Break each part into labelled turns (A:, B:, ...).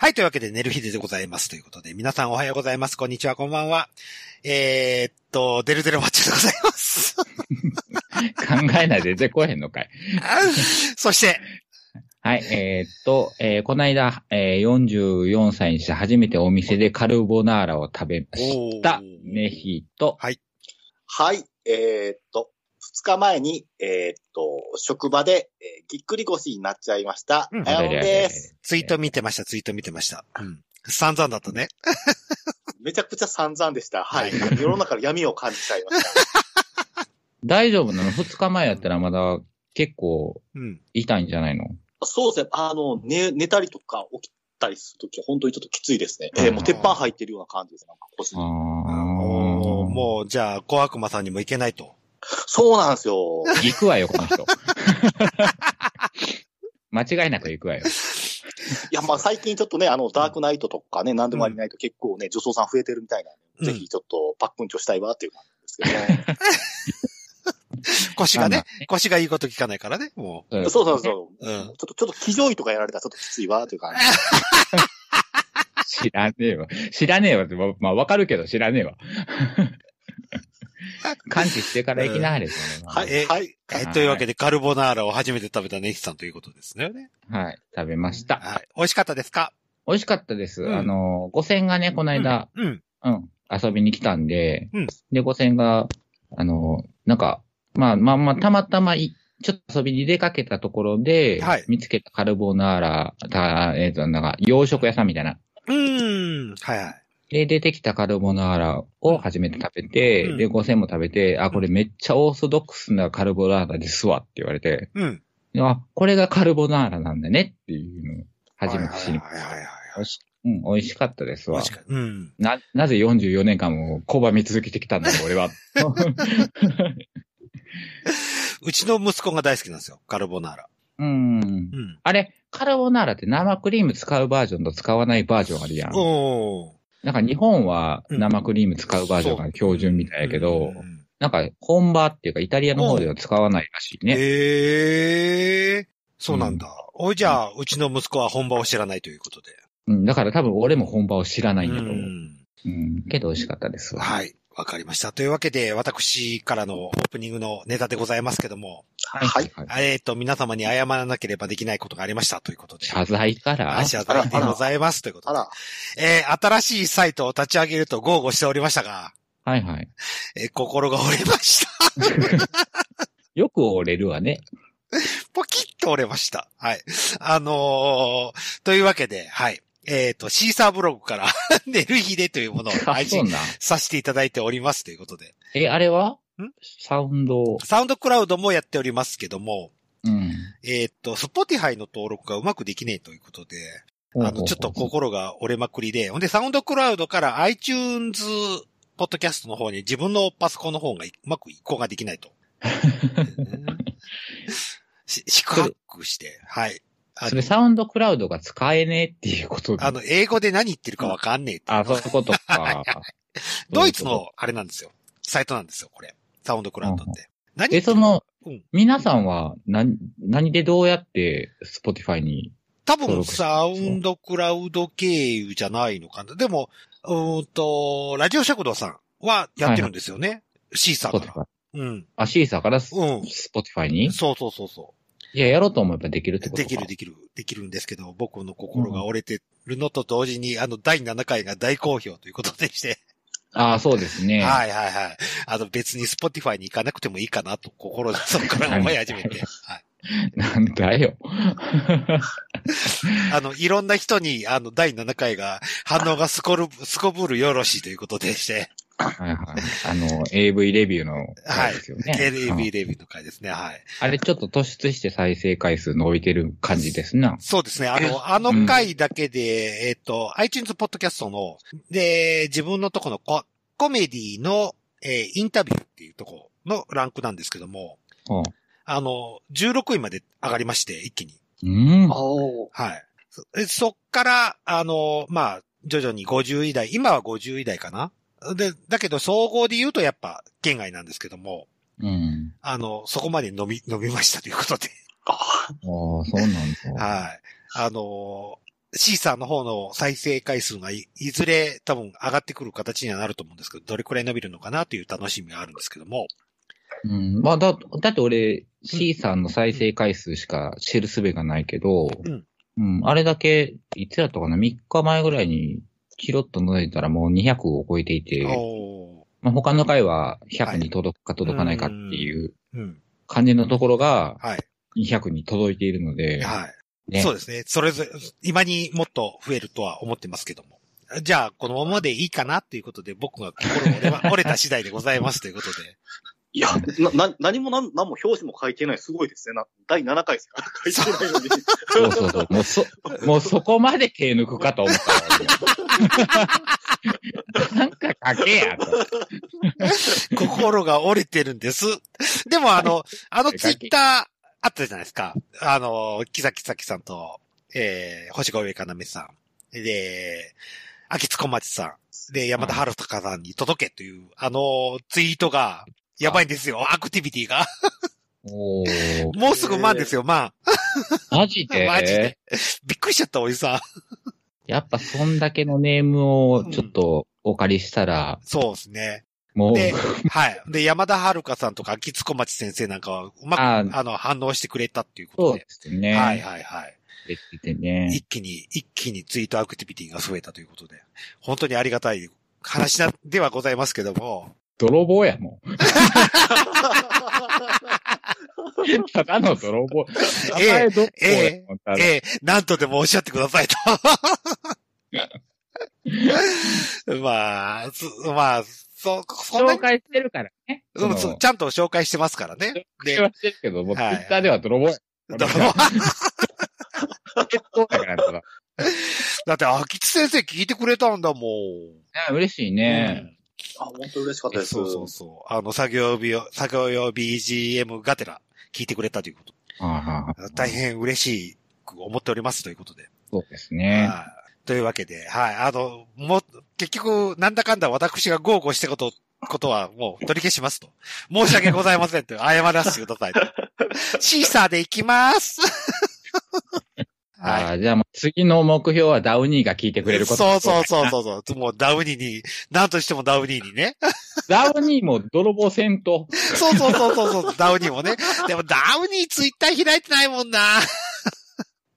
A: はい、というわけで、寝る日でございます。ということで、皆さんおはようございます。こんにちは、こんばんは。えー、っと、デルデルマッチでござい ます。
B: 考えないで出てこへんのかい。
A: そして、
B: はい、えーっと、えーこの間、えー44歳にして初めてお店でカルボナーラを食べました
A: おー。
B: ネヒと、
C: はい、えーっと、2日前に、えーっと、職場で、えーぎっくり腰になっちゃいました。
A: うん
C: あやおんです。
A: ツイート見てました、ツイート見てました。うん。散々だったね。
C: めちゃくちゃ散々でした。はい。世の中の闇を感じちゃいました。
B: 大丈夫なの二日前やったらまだ結構
A: うん。
B: 痛いんじゃないの
C: そうですね。あの、寝、寝たりとか起きたりするときは本当にちょっときついですね。えーもう鉄板入ってるような感じです。なんか腰に
B: あ
A: おー
B: あ。
A: もう、じゃあ、小悪魔さんにもいけないと。
C: そうなんです よ。
B: う。行くわよ、この人。 間違いなく行く わよ。
C: いや、まあ最近ちょっとね、あの、ダークナイトとかね、何でもありないと結構ね、女装さん増えてるみたいなんで、
A: うん
C: ぜひちょっとパックンチョしたいわっていう感じですけどね。
A: 腰が
B: まあ
A: ね、腰がいいこと聞かないからね、も
B: まあ。
C: そうそう
B: う。
C: そう。
A: う。うん。
C: ちょっと、ちょっと、気乗位とかやられたらちょっときついわ、という感じ。
B: 知らねえわ。知らねえわって、ままあわかるけど知らねえわ。 完治してから行きなはれですよね。まあ
C: は
A: え
C: い、はい。
A: え
B: はい
A: というわけで、カルボナーラを初めて食べたネヒさんということですね。
B: はい、食べました。
A: はい。美味しかったですか
B: 美味しかったです。
A: うん
B: あの、五千がね、この間、
A: うん。うん。
B: うん、遊びに来たんで、
A: うん
B: で、五千が、あの、なんか、まあまあまあ、たまたまい、ちょっと遊びに出かけたところで、
A: はい
B: 見つけたカルボナーラ、たえっ、と、なんか、洋食屋さんみたいな。
A: うーん。はいはい。
B: で、出てきたカルボナーラを初めて食べて、
A: うん
B: で、五千も食べて、あ、これめっちゃオーソドックスなカルボナーラですわって言われて、
A: うん。
B: あ、これがカルボナーラなんだねっていうのを初めて知りま
A: はいはいはいはいはい。
B: 美味し、うん、美味しかったですわ
A: 確。かに。うん。
B: な、なぜ44年間も拒み続けてきたんだろう、俺は。
A: うちの息子が大好きなんですよ、カルボナーラ。
B: うん
A: う。ん。
B: あれ、カルボナーラって生クリーム使うバージョンと使わないバージョンあるやん。
A: おー。
B: なんか日本は生クリーム使うバージョンが標準みたいやけど、なんか本場っていうかイタリアの方では使わないらしいね。
A: ええー、そうなんだ。おいじゃあ、うちの息子は本場を知らないということで。
B: うん、だから多分俺も本場を知らないんだと思
A: う
B: う。
A: ん
B: うん。けど美味しかったですわ。い。
A: はい。わかりました。というわけで、私からのオープニングのネタでございますけども、
C: はい。
B: はい。
A: えっ、と、皆様に謝らなければできないことがありましたということで。
B: 謝罪から
A: あ、謝罪でございますということ
C: あ
A: で。
C: ら、
A: えー新しいサイトを立ち上げると豪語しておりましたが、
B: はいはい。
A: えー心が折れました。
B: よく折れる わね。
A: ポキッと折れました。はい。あのーというわけで、はい。えっ、と、シーサーブログから、 寝る日でというものを
B: あ、
A: 配
B: そう
A: 信
B: なん。
A: させていただいておりますということで。
B: え、あれは
A: ん
B: サウンド。
A: サウンドクラウドもやっておりますけども、
B: うん。
A: えっ、と、スポティハイの登録がうまくできねえということで、あの、ちょっと心が折れまくりで、ほんで、サウンドクラウドから iTunes ポッドキャストの方に自分のパソコンの方がうまく移行ができない と。し、四苦八苦して、はい。あ
B: それサウンドクラウドが使えねえっていうことで
A: あの、英語で何言ってるかわかんねえって。
B: あ、そういうこと か。
A: ドイツの、あれなんですよ。サイトなんですよ、これ。サウンドクラウドって。何
B: え、その
A: うん、
B: 皆さんは、何、何でどうやって、スポティファイに、
A: 多
B: 登
A: 分、
B: 録して
A: サウンドクラウド経由じゃないのかな。でも、うーんと、ラジオ食堂さんはやってるんですよね。シーサ
B: スポ
A: ー
B: テ
A: か
B: ィファイ。
A: ら。うん。
B: あ、シーサーからス、
A: うん
B: スポティファイに
A: そうそうそうそ
B: いや、やろうと思えばできるって
A: う。
B: こと
A: で
B: か。
A: きる、できる、できるんですけど、僕の心が折れてるのと同時に、あの、第7回が大好評ということでして、
B: あ、そうですね。い。
A: はいはいはい。あの、別に Spotify に行かなくてもいいかなと、心の底から思い始めて、はい。
B: なんだよ。
A: あの、いろんな人に、あの、第7回が、反応がすこる、すこぶるよろしいということでして、
B: はいはい。あの、AV レビューの、
A: はい
B: ですよね。
A: AV
B: うん
A: レビューの回ですね、はい。
B: あれ、ちょっと突出して再生回数伸びてる感じですな。
A: そうですね。あの、あの回だけで、えっと、iTunes ポッドキャストの、で、自分のとこのココメディの、えーインタビューっていうとこのランクなんですけども、
B: うん。
A: あの、16位まで上がりまして、一気に。
B: うん。
C: お
A: はい。そえそっから、あの、まあ、徐々に50位台、今は50位台かなで、だけど総合で言うとやっぱ、県外なんですけども、
B: うん。
A: あの、そこまで飲み、飲みましたということで。
C: あ
B: ああ、そうなんだ。
A: はい。あの、シーサーの方の再生回数がいいずれ多分上がってくる形にはなると思うんですけど、どれくらい伸びるのかなという楽しみがあるんですけども。
B: うん、まあだ、だって俺、C さんの再生回数しか知るすべがないけど、
A: うん
B: うんあれだけ、いつやったかな、3日前ぐらいに、キロッと覗いたらもう200を超えていて、
A: おー
B: まあ、他の回は
A: は
B: 100
A: い
B: に届くか届かないかっていう
A: うん。
B: 感じのところが、
A: はい。
B: 200に届いているので、
A: はい。
B: ね
A: そうですね。それぞれ、今にもっと増えるとは思ってますけども。じゃあ、このままでいいかなということで、僕が心折れま折れた次第でございますということで。
C: いや、な、な、何もなん、何も表紙も書いてない。すごいですね。な、第7回しか書いてないのに。
B: そうそうそう。も うそ、もうそこまで手抜くかと思ったわ。 なんか書けやと。
A: 心が折れてるんです。でも、あの、あのツイッターあったじゃないですか。あの、木崎咲さんと、えー、星越上かなめさん。で、秋津小町さん。で、山田春隆さんに届けという、あの、ツイートが、やばいんですよ、アクティビティが。
B: おー、
A: もうすぐ満ですよ、満。
B: マジで
A: マジで。 びっくりしちゃった、おじさん。
B: やっぱそんだけのネームをちょっとお借りしたら、
A: そうですね。
B: もう、
A: で、はい。で、山田遥さんとか、秋津小町先生なんかは、うまく、
B: あ
A: あの、反応してくれたっていうこ
B: そう
A: と
B: で
A: で。
B: すね。
A: はいはいはい。
B: できてね
A: 一。気に、一気にツイートアクティビティが増えたということで、本当にありがたい話なではございますけども、
B: 泥棒やも ん。ただの泥棒。
A: ええ
B: 名前泥棒やもんただ
A: ええ、なんとでもおっしゃってください と。まあ、そまあ、そ、そんな
B: 紹
A: に、
B: 介してるからね。
A: うん
B: そ
A: そ
B: の
A: うちゃんと紹介してますからね。
B: 紹
A: で、
B: 介してるけど、もうツイ
A: はい
B: ッターでは泥棒や。
A: だから
B: そうだからただ。
A: だって、秋津先生聞いてくれたんだもん。
B: ね嬉しいね。
C: あ、本当嬉しかったです。
A: そうそうそう。あの、作業日を、作業用 BGM がてら聞いてくれたということ。
B: はいはいはい
A: 大変嬉しく思っておりますということで。
B: そうですね。
A: はい。というわけで、はい。あの、もう、結局、なんだかんだ私が豪語したこと、ことはもう取り消しますと。申し訳ございませんと。謝らせてくだ さいと。シーサーで行き ます。
B: あーじゃあもう次の目標はダウニーが聞いてくれること。
A: そうそうそうそうそう。もうダウニーに、なんとしてもダウニーにね。
B: ダウニーも泥棒戦闘。
A: そうそうそうそうそう、ダウニーもね。でもダウニーツイッター開いてないもんな。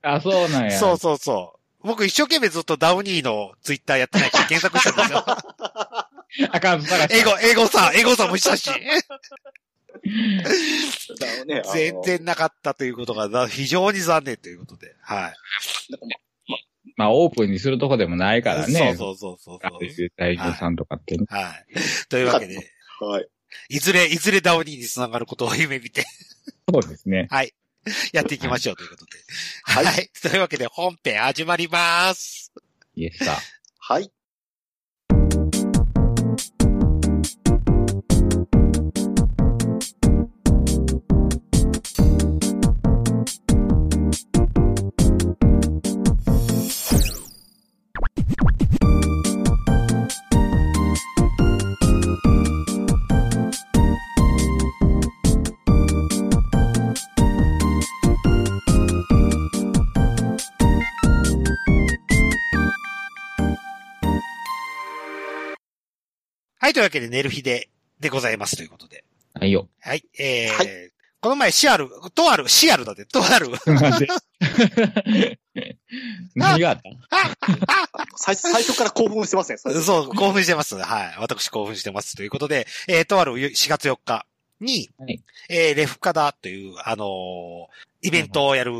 B: あ、そうなんや。
A: そうそうそう。僕一生懸命ずっとダウニーのツイッターやってないから検索してたんです よ。
B: アカウント探し。
A: 英語、英語さん、英語さんもした し。
C: だね、あの
A: 全。然なかったということがな非常に残念ということで。はい。
B: まあ、オープンにするとこでもないからね。う
A: そうそうそうそうそう。
B: 大丈夫さんとかってね。
A: はい。というわけで、
C: はい。
A: いずれ、いずれダウニーにつながることを夢見て
B: そうですね。
A: やっていきましょうということで。は。
C: はいい
A: というわけで本編始まります。
B: イエスさ。
C: はい。
A: はい。というわけで、寝る日で、でございますということで。
B: はいよ。
A: はい。えー
C: は
A: この前、シアル、とある、シアルだって、とある、
B: なんで 何があった
C: 最最初から興奮してますね。最初
A: そう、興奮してます。はい。私興奮してます。ということで、えー、とある4月4日に、
B: はい
A: えーレフカダという、あのーイベントをやる、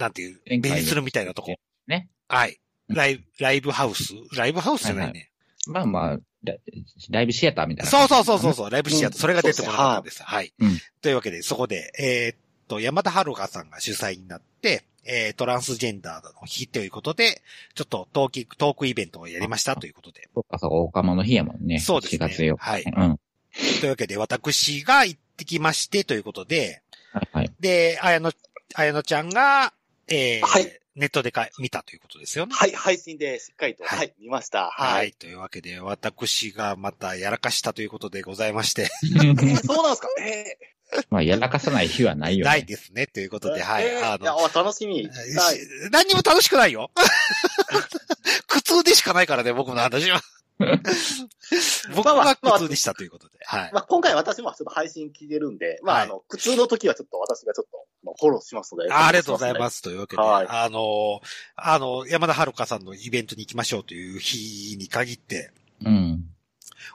A: なんていう、
B: 前
A: ベ
B: 回
A: ニスルみたいなとこ。
B: ね。
A: はい。ライブ、ライブハウスライブハウスじゃないね。
B: まあまあ、ラライブシアターみたいな。
A: そうそうそうそうそう、ライブシアター、
C: うん
A: それが出てこなかったんです。はい。
B: うん
A: というわけで、そこで、えーっと、山田春香さんが主催になって、えートランスジェンダーの日ということで、ちょっとトーク、トークイベントをやりましたということで。
B: そうか、そうか、オカマの日やもんね。
A: そうですね
B: 4月4日。
A: はい
B: うん。はい
A: というわけで、私が行ってきましてということで、
B: はい。
A: で、あやの、あやのちゃんが、えー
C: はい
A: ネットでか見たということですよね。
C: はい、配信でしっかりと、
A: はい
C: はい、見ました。
A: は。
C: はいい。
A: というわけで、私がまたやらかしたということでございまして。
C: そうなんですかええ
B: まあ、やらかさない日はないよ、ね。
A: ないですね、ということで、はい。
C: えー
A: あ
C: いや、
A: の、
C: お楽し み。はい。
A: 何にも楽しくないよ。 苦痛でしかないからね、僕の話 は。僕は苦痛でしたということで。はい。
C: まあ、今回私もちょっと配信聞いてるんで、まあ、
A: はい
C: あの、苦痛の時はちょっと私がちょっとまあフォローしますので。。
A: あありがとうございますす。というわけで、
C: はい
A: あの、あの、山田遥さんのイベントに行きましょうという日に限って、
B: うん。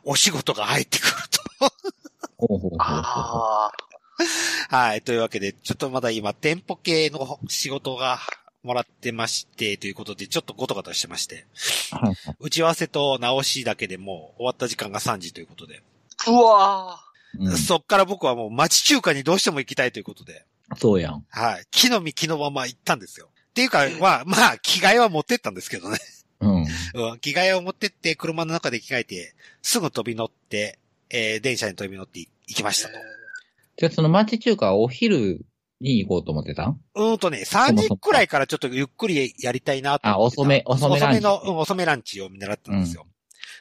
A: お仕事が入ってくると。
B: ほうほうほうほう
C: ああ、
A: はい。というわけで、ちょっとまだ今、店舗系の仕事がもらってまして、ということで、ちょっとごとごとしてまして、
B: はいは
A: 打ち合わせと直しだけでもう終わった時間が3時ということで、
C: うわ
B: いうん
A: そっから僕はもう町中華にどうしても行きたいということで、
B: そうやん。
A: はい。木の実木のまま行ったんですよ。っていうか、まあ、まあ、着替えは持ってったんですけどね。
B: うん。
A: うん着替えを持ってって、車の中で着替えて、すぐ飛び乗って、えー電車に飛び乗ってい行きましたと。
B: じゃあ、その町中華はお昼に行こうと思ってたん
A: うーんとね、3時くらいからちょっとゆっくりやりたいなと思ってた
B: あ遅め遅めラ
A: 遅め
B: ンチ
A: の、うん、遅めランチを見習ったんですよ。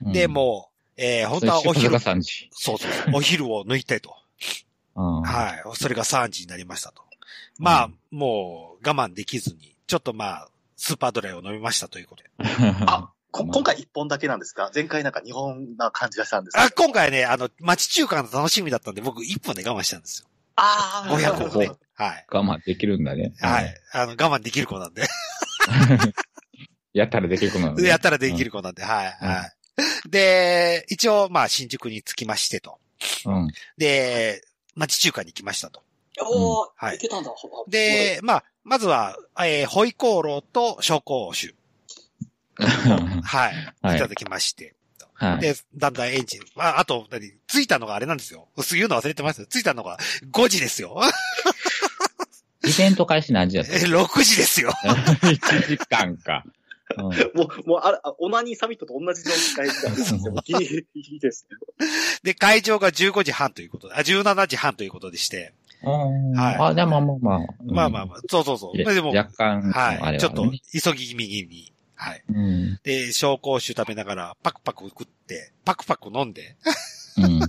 B: うん
A: で、、もう、えー本
B: 本
A: 当
B: 当
A: は
B: は
A: お
B: お
A: 昼
B: 昼。が3時。
A: そうそうそう、お昼を抜いてと。
B: うん。
A: はい。それが3時になりましたと。まあ、
B: う
A: もう、我慢できずに、ちょっとまあ、スーパードライを飲みましたということで。
C: あこ今回一本だけなんですか前回なんか日本な感じがしたんですけど
A: あ、今。回ね、あの、町中華の楽しみだったんで、僕1本で我慢したんですよ。
C: ああ、
A: 500
B: 個
A: をね。はい。
B: 我慢できるんだね。
A: はい。。あの、我慢できる子なんで。
B: やったらできる子なのね。
A: やったらできる子なんで、はい、
B: うん
A: はい。で、一応、まあ、新宿に着きましてと。
B: うん。
A: で、町中華に来ましたと。
C: おー、
A: はい
C: いけたんだ。
A: で、まあ、まずは、えー、ホイコーローと紹興酒。はい。
B: はい
A: いただきまして。
B: はい。
A: で、だんだんエンジン。あ、あと、何着いたのがあれなんですよ。す言うの忘れてました。着いたのが5時ですよ。
B: イベント開始何時だっ
A: え6時 ですよ。
B: た ?1 時間か。うん
C: もう、もう、あれ、あオナニーサミットと同じ状態みたいな。 ギリギリですね。
A: で、会場が15時半ということで、あ、17時半ということでして。
B: うん
A: はい
B: あ、じゃあまあまあまあ。うん
A: まあまあまあ、そうそうそう。
B: いや
A: まあでも、
B: 若干、あ
A: は
B: れ
A: い。
B: は
A: ちょっと
B: ね、
A: 急ぎ気味に。はい。
B: うん。
A: で、紹興酒食べながら、パクパク食って、パクパク飲んで、
B: うん。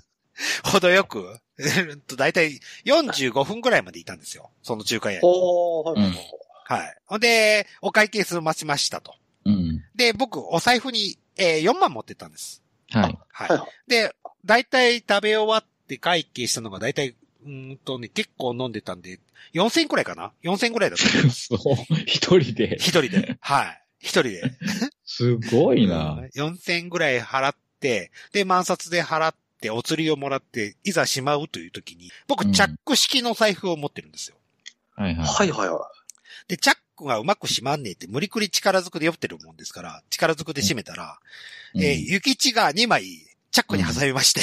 A: 程よく、 えっと、だいたい45分ぐらいまでいたんですよ。その中華屋に。
C: おー、はいはいはい
A: はい。ほんで、お会計済ましましたと。
B: うん。
A: で、僕、お財布に、えー4万持ってったんです。
B: はい。
A: はい。
C: はいはい
A: で、だいたい食べ終わって会計したのが、だいたい、うーんとね、結構飲んでたんで、4000くらいかな ?4000 くらいだ った。
B: そう。一人 で。
A: 一人で。はい。一人で。
B: すごいな。
A: 4000ぐらい払って、で、万札で払って、お釣りをもらって、いざしまうという時に、僕、
B: うん
A: チャック式の財布を持ってるんですよ。
B: はいはい。
C: はいはいは
A: で、チャックがうまく閉まんねえって、無理くり力ずくで酔ってるもんですから、力ずくで閉めたら、えー、ゆきちが2枚、チャックに挟みまして、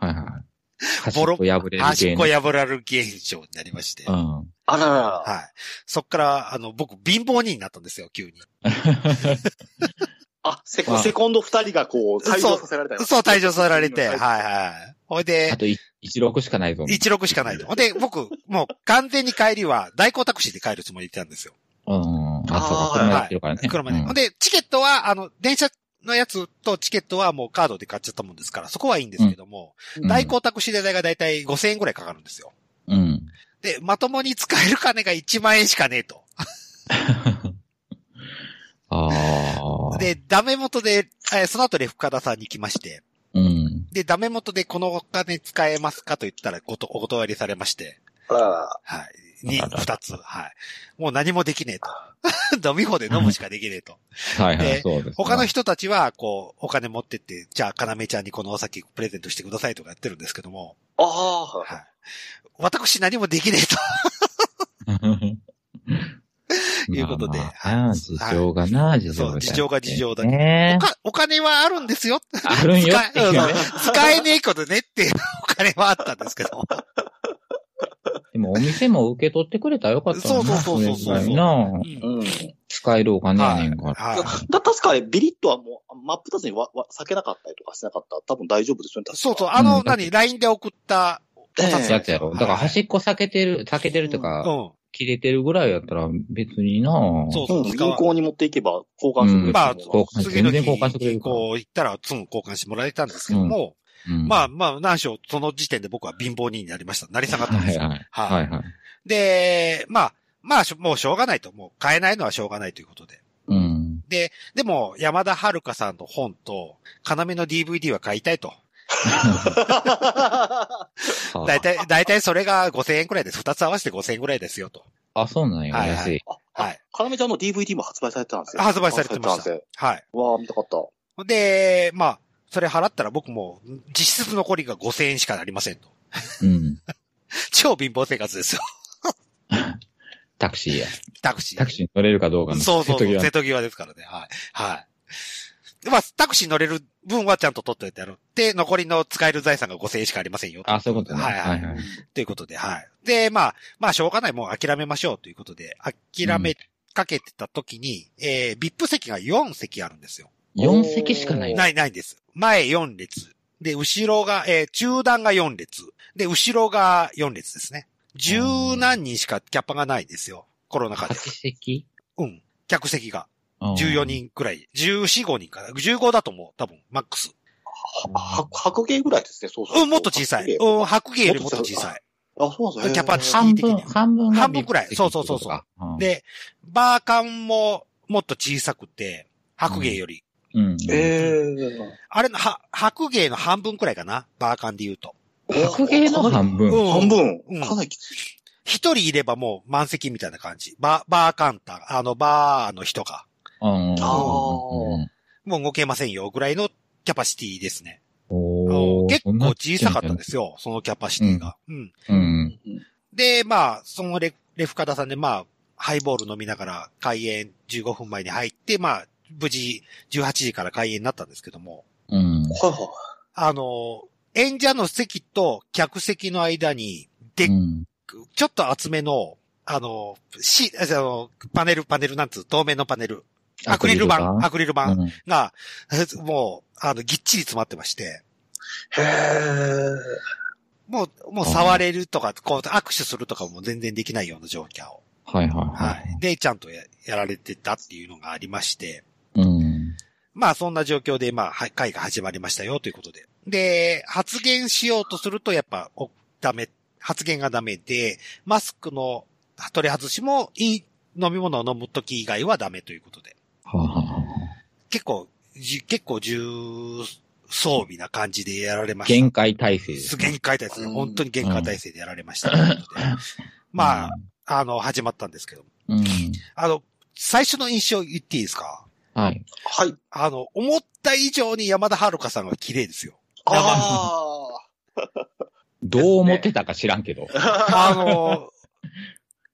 B: うんはいはい。端
A: ボ
B: っ
A: ロ
B: こ破れる
A: 端っ
B: 系
A: こ
B: の。
A: 破られる現象になりまして、
B: う
A: はい。
B: ん。
C: い。あららら。
A: そっから、あの、僕、貧乏人になったんですよ、急に。
C: あ、セ
B: ま
C: コ
B: あ
C: セコンド二人がこう、退場させられたよ
A: そう、退場されられて、はい
C: い。
A: はい。ほいで
B: あ、とい16しかないぞ。
A: 16しかないと。ほんで、僕、もう完全に帰りは、代行タクシーで帰るつもりでいたんですよ。
B: うん。あ、そうか
C: あー、
B: 車やってるからね。
A: 車で。
B: うん
A: ほんで、チケットは、あの、電車のやつとチケットはもうカードで買っちゃったもんですから、そこはいいんですけども、
B: うん
A: 代行タクシー代がだいたい5000円ぐらいかかるんですよ。
B: うん。
A: で、まともに使える金が1万円しかねえと。
B: ああ。、
A: で、ダメ元で、えーその後レフカダさんに来まして、
B: うん。
A: で、ダメ元でこのお金使えますかと言ったらごと、お断りされまして、
C: あららら。
A: はい。に、
B: あら
A: 二つ、はい。もう何もできねえと。飲 み放で飲むしかできねえと。
B: はいは
A: で
B: い、そうです。
A: 他 の人たちは、こう、お金持ってって、じゃあ、かなめちゃんにこのお酒プレゼントしてくださいとかやってるんですけども、
C: ああ、
A: はい。私何もできねえと。いうことで
B: まあまあ事情がな、事情
A: そ
B: が。
A: う事情が事情だけど
B: ね
A: おかお金はあるんですよ。
B: あるんよって
A: 使え
B: いう
A: うん
B: ね。
A: 使えねえことねっていうお金はあったんですけど。
B: でもお店も受け取ってくれたらよかったな。
A: そうそうそうそうそう
B: れぐらいな
A: うん
C: うん。
B: 使えるお金やねんから。
A: はい。
C: だ、確かにビリッとはもう、真っ二つにわ、わ、避けなかったりとかしなかったら多分大丈夫ですよね。確か
A: そうそう、あの、
B: うん
A: 何、LINE で送った、お札
B: やつやろ。だから端っこ避けてる、避けてると
A: う
B: か、
A: ん。
B: 切れてるぐらいやったら別にな。
A: そう
C: う
A: そ
C: ん
A: う。
C: 銀
A: 使わ
C: 行に持っていけば交換する
B: うん
C: ま
A: まあ
C: あ、
B: 交換
A: 次の日、
B: 全然交換してくれるから
A: こう行ったら、すぐ交換してもらえたんですけども、
B: うん
A: まあまあ、何しろその時点で僕は貧乏人になりました。なり下がったん
B: は
A: で
B: い
A: すよ。
B: はい。
A: は。
B: はいいはい。
A: で、まあ、まあ、しょもうしょうがないと。もう買えないのはしょうがないということで。
B: うん。
A: で、でも、山田遥さんの本と、要の DVD は買いたいと。だいたい、だいたいそれが5000円くらいです。二つ合わせて5000円くらいですよと。
B: あ、そうなんや、
A: はいはい
B: 安い。
A: はい。
C: かなめちゃんの DVD も発売されてたんですよ。
A: 発売されてました
C: 発売されて
A: はい。
C: たんですよわあ、見たかった。
A: で、まあ、それ払ったら僕も、実質残りが5000円しかなりませんと。
B: うん。
A: 超貧乏生活ですよ。
B: タクシーや。
A: タクシー。
B: タクシーに乗れるかどうかの
A: そうそう
B: 瀬
A: そ
B: 戸
A: う、
B: 際
A: 瀬戸際ですからね。はい。はい。まあ、タクシー乗れる分はちゃんと取っといてやろう。で、残りの使える財産が5000円しかありませんよ。
B: あ、そういうことね。
A: はいはい
B: はい。
A: ということで、はい。で、まあ、まあ、しょうがない、もう諦めましょうということで、諦めかけてた時に、えー、ビップ席が4席あるんですよ。
B: 4席しかない。
A: ない、ないんです。前4列。で、後ろが、えー、中段が4列。で、後ろが4列ですね。十何人しかキャッパがないんですよ。コロナ禍で
B: 8。席
A: うん。客席が14。人くらい。14、5人かな。15だともう、多分、マックス。
B: うん
C: はは白芸ぐらいですね、そうそう。
A: うん、もっと小さい。うん、白芸よりもっと小さい。
C: あ、そうなんですね。
A: キャパシ
B: 半
A: 的に
B: 分、半分が
A: 半分くらい
B: ビップ席
A: そうそうそうそう
B: ってことか。
A: で、バー感ももっと小さくて、白芸より。
B: うん。うん。
C: え
A: あれの、は、白芸の半分くらいかなバー感で言うと。
C: え
B: 白芸の半分。
A: うん
C: 半分
A: うん
C: かなりきつい。
A: 一人いればもう満席みたいな感じ。バー、バーカンター、あの、バーの人が、
B: あ
C: あ
B: ー
C: ー
A: もう動けませんよ、ぐらいのキャパシティですね。
B: おー
A: 結
B: そん
A: 構
B: な
A: 小さかったんですよ、そのキャパシティが。うん。
B: うん。
A: で、まあ、そのレレフカダさんで、まあ、ハイボール飲みながら開演15分前に入って、まあ、無事18時から開演になったんですけども、
B: うん。
C: はいはい。
A: あの、演者の席と客席の間に、でっ
B: うん
A: ちょっと厚めの、あの、し、ああの、パネル、パネルなんつう、透明のパネル。アクリル板、アクリル板
B: うん
A: が、もう、あの、ぎっちり詰まってまして、
C: へえ。
A: もう、もう触れるとか、こう、握手するとかも全然できないような状況を。
B: はいはいは
A: はい。で、ちゃんとややられてたっていうのがありまして、
B: い。うん。
A: まあそんな状況で、まあ、は会が始まりましたよということで。で、発言しようとすると、やっぱ、おダメ、発言がダメで、マスクの取り外しも、いい、飲み物を飲むとき以外はダメということで。
B: はあはあはあ
A: 結構、じ結構重装備な感じでやられました。
B: 限界体制です
A: す
B: ね。
A: 限界体制ですね。
C: うん
A: 本当に限界体制でやられましたということで。まあ、あの、始まったんですけど。
B: うん。うん。
A: あの、最初の印象言っていいですか
B: はい。
C: はい。
A: あの、思った以上に山田遥さんが綺麗です よ。
C: あ
B: どう思ってたか知らんけど。
C: あ。
A: あの、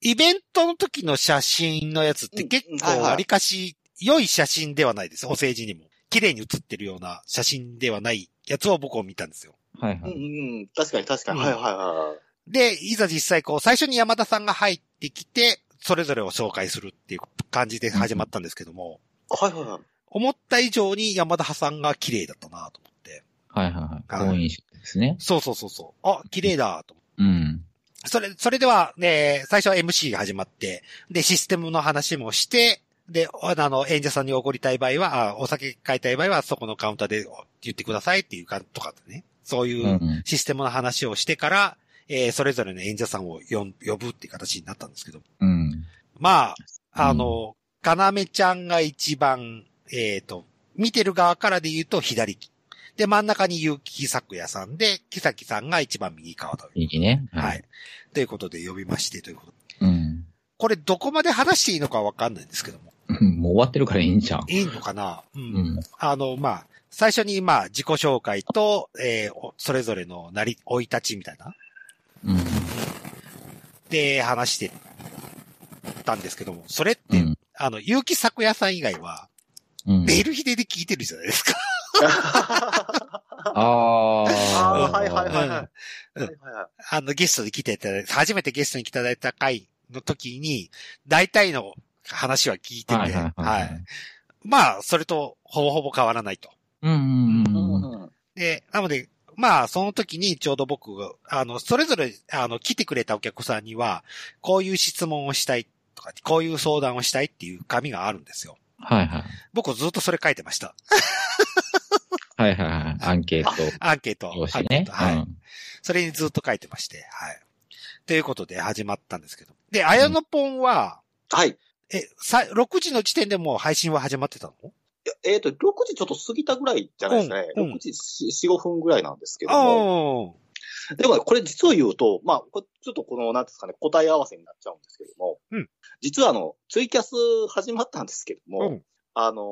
A: イベントの時の写真のやつって結
C: うんはい
A: 構
C: はい
A: ありかし良い写真ではないです。お世辞にも。綺麗に写ってるような写真ではないやつを僕を見たんですよ。
B: はいは
C: うんう
B: い。
C: ん。確かに確かに。はいはいはい。
A: で、いざ実際こう、最初に山田さんが入ってきて、それぞれを紹介するっていう感じで始まったんですけども、
C: はいはいはい。
A: 思った以上に山田さんが綺麗だったなと思って。
B: はいはいはい。好印象ですね。
A: そうそうそうそう。あ、綺麗だと思って
B: うん。
A: それ、それでは、えー最初は MC が始まって、で、システムの話もして、で、ああの、演者さんにおごりたい場合は、あお酒買いたい場合は、そこのカウンターでお言ってくださいっていうか、とかね。そう
B: う。
A: いうんシステムの話をしてから、えーそれぞれの演者さんを呼ん呼ぶっていう形になったんですけど。
B: うん。
A: まあ、あの、かなめちゃんが一番、えっ、と、見てる側からで言うと左利き。で、真ん中に結城作也さんで、木崎さんが一番右側という。
B: いいね。
A: は。い。ということで呼びまして、ということで。
B: うん。
A: これどこまで話していいのかわかんないんですけども。
B: もう終わってるからいいんじゃん。
A: いいのかなうん。
B: うん。
A: あの、まあ、最初に、まあ、自己紹介と、えーおそれぞれのなり、生い立ちみたいな。
B: うん。
A: で、話してたんですけども、それって、
B: うん。
A: あの、結城作也さん以外は、
B: うん
A: メールヒデで聞いてるじゃないですか。
B: あ
C: あ
B: あ
C: あ、。はいはいは
A: うん
C: いはい。はいはいはい
A: あの、ゲストで来ていただいた、初めてゲストに来ていただいた回の時に、大体の話は聞いてて、
B: はいはいはい。
A: はい。まあ、それとほぼほぼ変わらないと。
B: うんうんう
C: う
B: ん
C: ん
B: うん。
C: うん
A: で、なので、まあ、その時にちょうど僕が、あの、それぞれ、あの、来てくれたお客さんには、こういう質問をしたいとか、こういう相談をしたいっていう紙があるんですよ。
B: はいはい。
A: 僕ずっとそれ書いてました。
B: はいはいはい。アンケート。
A: アンケート。
B: 用
A: アン
B: 紙
A: ケー
B: ね。
A: トはい。
B: うん
A: それにずっと書いてまして、はい。ということで始まったんですけど。で、あやのぽんは、
C: はい。
A: え、さ、6時の時点でもう配信は始まってたの
C: えっ、と、6時ちょっと過ぎたぐらいじゃないですかね。
A: うんうん
C: 6時4、5分ぐらいなんですけども。
A: あ
C: でも、これ実を言うと、まあ、こちょっとこの、なんですかね、答え合わせになっちゃうんですけども。
A: うん
C: 実はあの、ツイキャス始まったんですけど
A: あ。
C: も、
A: うん。
C: あの、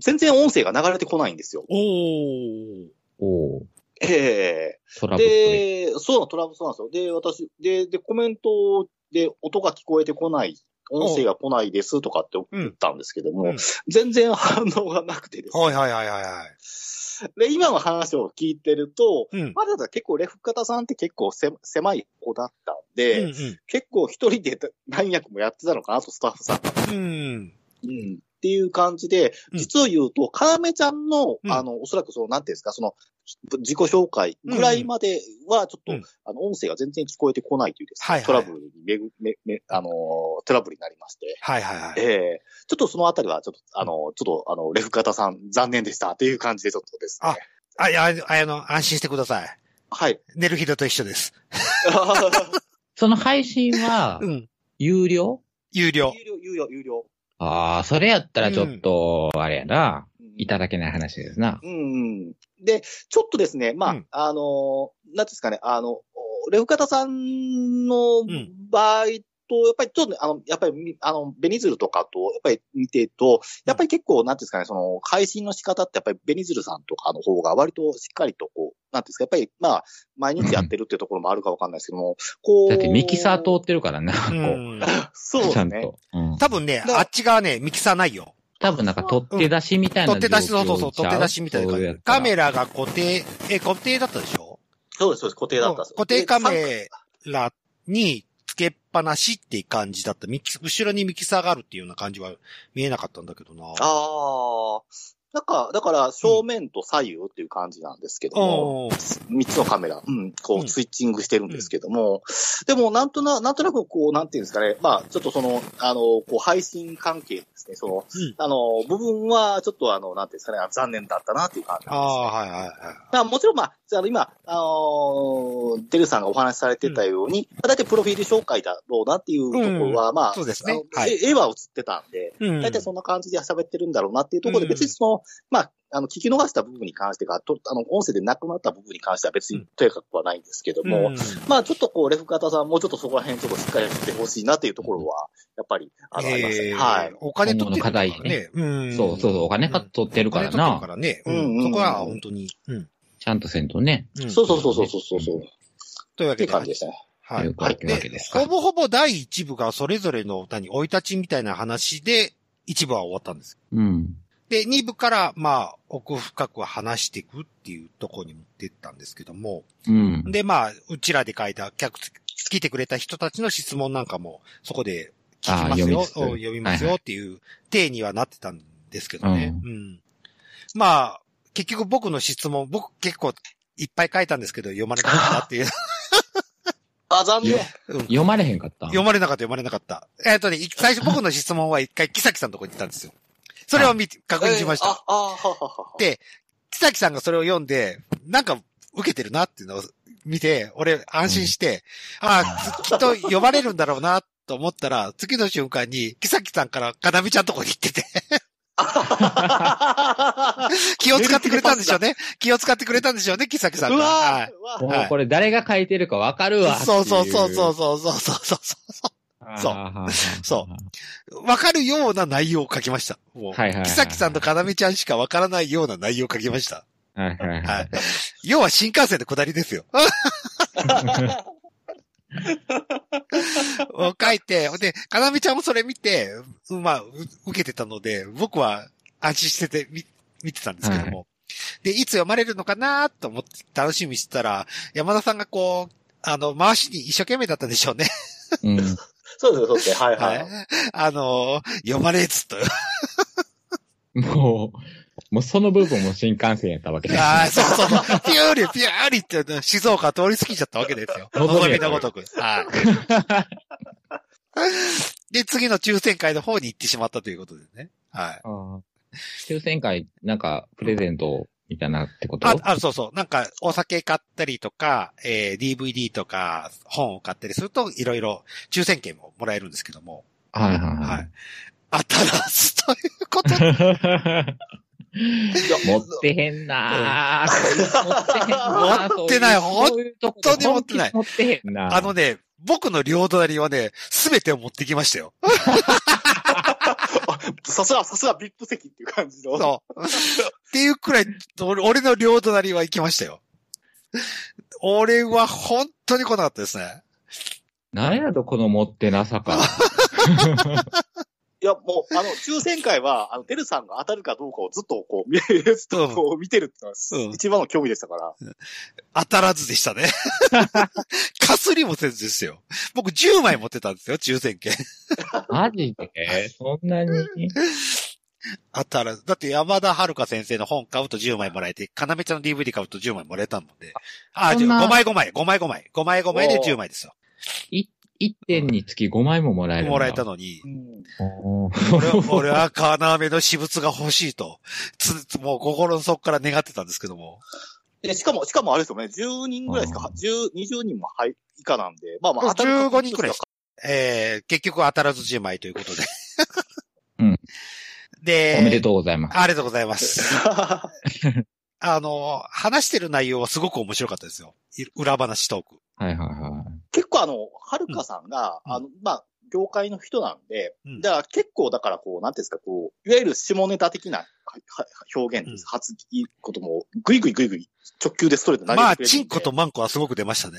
C: 全然音声が流れてこないんですよ。
A: おー。
B: おー
C: ええ
B: トラブル取り。
C: で、そう、トラブルそうなんですよ。で、私、で、で、コメントで音が聞こえてこない、音声が来ないですとかって送ったんですけども、
A: うんうん
C: 全然反応がなくてで
A: はいはいはいはいはい。
C: すね。で、今の話を聞いてると、
A: うん。
C: まだだ結構レフ方さんって結構せ狭い子だったん
A: う
C: で、
A: ん
C: 結構一人で何役もやってたのかなと、スタッフさんが。
A: うん。うん。
C: うんっていう感じで、
A: うん
C: 実を言うと、カーメちゃんの、
A: うん
C: あの、おそらくその、なんていうんですか、その、自己紹介ぐらいまでは、ちょっと、
A: うん
C: あの、音声が全然聞こえてこないというですね、
A: はいはい
C: トラブルにめぐ、め、め、あのー、トラブルになりまして、
A: はいはいはい。
C: ええちょっとそのあたりは、ちょっと、あのー、ちょっと、あの、レフ方さん、残念でした、という感じで、ちょっとですね。
A: あ、いや、あやの、安心してください。
C: はい。
A: 寝る日だと一緒です。
B: その配信は、
A: ん。
B: 有料
A: 有料。
C: 有料、有料、有料。
B: ああ、それやったらちょっと、あれやな、
C: うん
B: いただけない話ですな。
C: うん。で、ちょっとですね、まあ、
A: うん
C: あの、なんていうんですかね、あの、レフ方さんの
A: ん
C: 場合と、やっぱりちょっとね、あの、やっぱりみ、あの、ベニズルとかと、やっぱり見てると、やっぱり結構、なんていうんですかね、その、配信の仕方って、やっぱりベニズルさんとかの方が割としっかりと、こう、なんていうんですか、やっぱり、まあ、毎日やってるっていうところもあるかわかんないですけども、こう。
B: だってミキサー通ってるからな、
A: う
B: こ
A: ん。
C: そう
B: う。
C: で
B: ち
C: す
B: ゃん
C: ね。
B: と。うん
A: 多分ね、
C: だ
A: あっち側ね、ミキサーないよ。
B: 多分なんか取って出しみたいな
A: 取っ
B: 状況
A: て
B: ち
A: 出し、そ
B: ゃう。
A: うそうそう、取って出しみたいな
B: そうう
A: 感
B: や
A: じ
B: つ。
A: カメラが固定、え、固定だったでしょ
C: そうです、そうです、固定だったんですよ
A: 固定カ
C: で
A: メラにつけっぱなしって感じだった。ミキ後ろにミキサーがあるっていうような感じは見えなかったんだけどな。
C: ああ。なんか、だから、正面と左右っていう感じなんですけども、
A: おー
C: 三つのカメラ、うん、こ
A: うん
C: う、スイッチングしてるんですけども、でも、なんとな、なんとなく、こう、なんていうんですかね、まあ、ちょっとその、あの、こう、配信関係ですね、その、
A: うん
C: あの、部分は、ちょっと、あの、なんていうんですかね、あ残念だったな、っていう感じ
A: あ
C: なんです
A: あ、
C: ね。
A: はいはいはい。
C: まあ、もちろん、まあ、あの今、あのーデルさんがお話しされてたように、だいたいプロフィール紹介だろうなっていうところは、まあ、
A: そうですね
C: あの
A: はい
C: 絵絵は映ってたんで、
A: うん
C: 大体そんな感じで喋ってるんだろうなっていうところで、
A: うん
C: 別にその、まあ、あの、聞き逃した部分に関してが、とあの、音声でなくなった部分に関しては別
A: う
C: に
A: ん
C: とやかくはないんですけども、
A: うん
C: まあ、ちょっとこう、レフ方さん、もうちょっとそこら辺ちょっとしっかりやってほしいなっていうところは、やっぱり、あの、ありましたね。
A: えー
C: はい。
A: お金取ってるから
B: 今後の課題
A: ね。
B: ね
A: うん
B: そうそうそう、お金か取ってる
A: お
B: か
A: 金
B: ら
A: 取ってる
B: な
A: か。らね。
C: う
A: うん
C: うん
A: ん。そこは本当に。うん。
B: ちゃんとせんとね。
A: うん
C: そうそうそうそうそうそう。
A: というわ
C: っ
A: け
C: てい
A: で。
C: う感じでしたね。
A: は
B: と
A: い
B: いう。わけ
A: で
B: わけですか
A: ほ。ぼほぼ第一部がそれぞれの何、追い立ちみたいな話で、一部は終わったんです。
B: うん。
A: で、二部から、まあ、奥深く話していくっていうところに持ってったんですけども。
B: うん。
A: で、まあ、うちらで書いた、客、来てくれた人たちの質問なんかも、そこで聞きますよ、お
B: あー読みつつ
A: 読みます
B: はい
A: よっていう、体にはなってたんですけどね。うん。まあ、結局僕の質問、僕結構いっぱい書いたんですけど、読まれなかったっていう。
C: あ、残念
B: よ。
A: うん
B: 読まれへんかった
A: 読まれなかった、読まれなかった。えっとね、い最初僕の質問は一回、木崎さんのとこに行ったんですよ。それを見て、確認しまし
C: えー
A: た。
C: あ、あ、はははは。
A: で木崎さんがそれを読んで、なんか、受けてるなっていうのを見て、俺安心して、ああ、きっと読まれるんだろうなと思ったら、次の瞬間に、木崎さんから、かなみちゃんとこに行って て、 気を使ってくれたんでしょうね。気を使ってくれたんでしょうね、木崎さん
C: う
A: が。
C: わ
A: い。
C: ーうわー
B: もうこれ誰が書いてるかわかるわってい。
A: そうそうそうそうそうそうそうそそう
B: う。
A: そそう。わかるような内容を書きました。もう
B: はいはいはい
A: 木崎さんとかなみちゃんしかわからないような内容を書きました。
B: う。はいはいは
A: はいい。。要は新幹線で下りですよ。を書いて、で、かなみちゃんもそれ見て、うまあ、う受けてたので、僕は安心してて見見てたんですけども。で、いつ読まれるのかなと思って楽しみにしてたら、山田さんがこう、あの、回しに一生懸命だったんでしょうね。
B: うん。
C: そうです、そうです。はいは。
A: はいい。あの、読まれずと。
B: もう、もうその部分も新幹線やったわけだ。
A: ああ、そうそうそう。ピューリ、ピューリって、静岡通り過ぎちゃったわけですよ。
B: のぞ
A: 望み
B: み
A: のごとく。はい。で、次の抽選会の方に行ってしまったということですね。はい。
B: あー抽選会、なんか、プレゼントみたいなってこと
A: あ、あ、そうそう。なんか、お酒買ったりとか、えー、DVD とか、本を買ったりすると、いろいろ抽選券ももらえるんですけども。
B: はいはい
A: は。
B: はい
A: 当 たらずということで
B: い。
C: いや
B: 持ってへんなぁ。こいつ持ってへんなぁ
A: 持ってない
B: そういうとこ
A: 本当に持ってない
B: 本気持ってへんなぁ
A: あのね、僕の両隣はね、すべてを持ってきましたよ。
C: さすが、さすが VIP 席っていう感じの。
A: そう。っていうくらい、俺俺の両隣は行きましたよ。俺は本当に来なかったですね。
B: なんやろ、この持ってな さか。
C: いや、もう、あの、抽選会 は、あの、デルさんが当たるかどうかをずっとこう、見ずっとこう見てるっていうの
A: うん
C: が、一番の興味でしたから。
A: 当たらずでしたね。かすりもせずですよ。僕10枚持ってたんですよ、抽選券。
B: マジでそんなに
A: 当たらず。だって山田遥先生の本買うと10枚もらえて、かなめちゃんの DVD 買うと10枚もらえたもんで。あ、
B: そ
A: じ
B: ん
A: ゃ
B: な
A: あ5枚5枚、5枚5枚、5枚5枚で10枚ですよ。
B: ?1 点につき5枚ももらえるんだ。
A: もらえたのに。
C: うん
B: おー。
A: 俺は、俺はカナメの私物が欲しいと、つ、つもう心の底から願ってたんですけども。
C: で、しかも、しかもあれですよね、10人ぐらいしか
B: う、
C: 10、20人もはい、以下なんで、まあまあ、当たる
A: 15
C: 確
A: 人
C: 率
A: くらいで
C: し
A: す
C: か。
A: えー、結局当たらず10枚ということで。
B: うん。
A: で、
B: おめでとうございます。
A: ありがとうございます。あの、話してる内容はすごく面白かったですよ。い裏話トーク。
B: はいはいはい。
C: 結構あの、はるかさんが、
A: うん
C: あの、まあ、業界の人なんで、
A: うん
C: だから結構だからこう、なんていうんですか、こう、いわゆる下ネタ的なはは表現です。発言ことも、ぐいぐいぐいぐい直球でストレートに投げ
A: ま
C: て
A: あ、
C: くれるんで。
A: チンコとマンコはすごく出ましたね。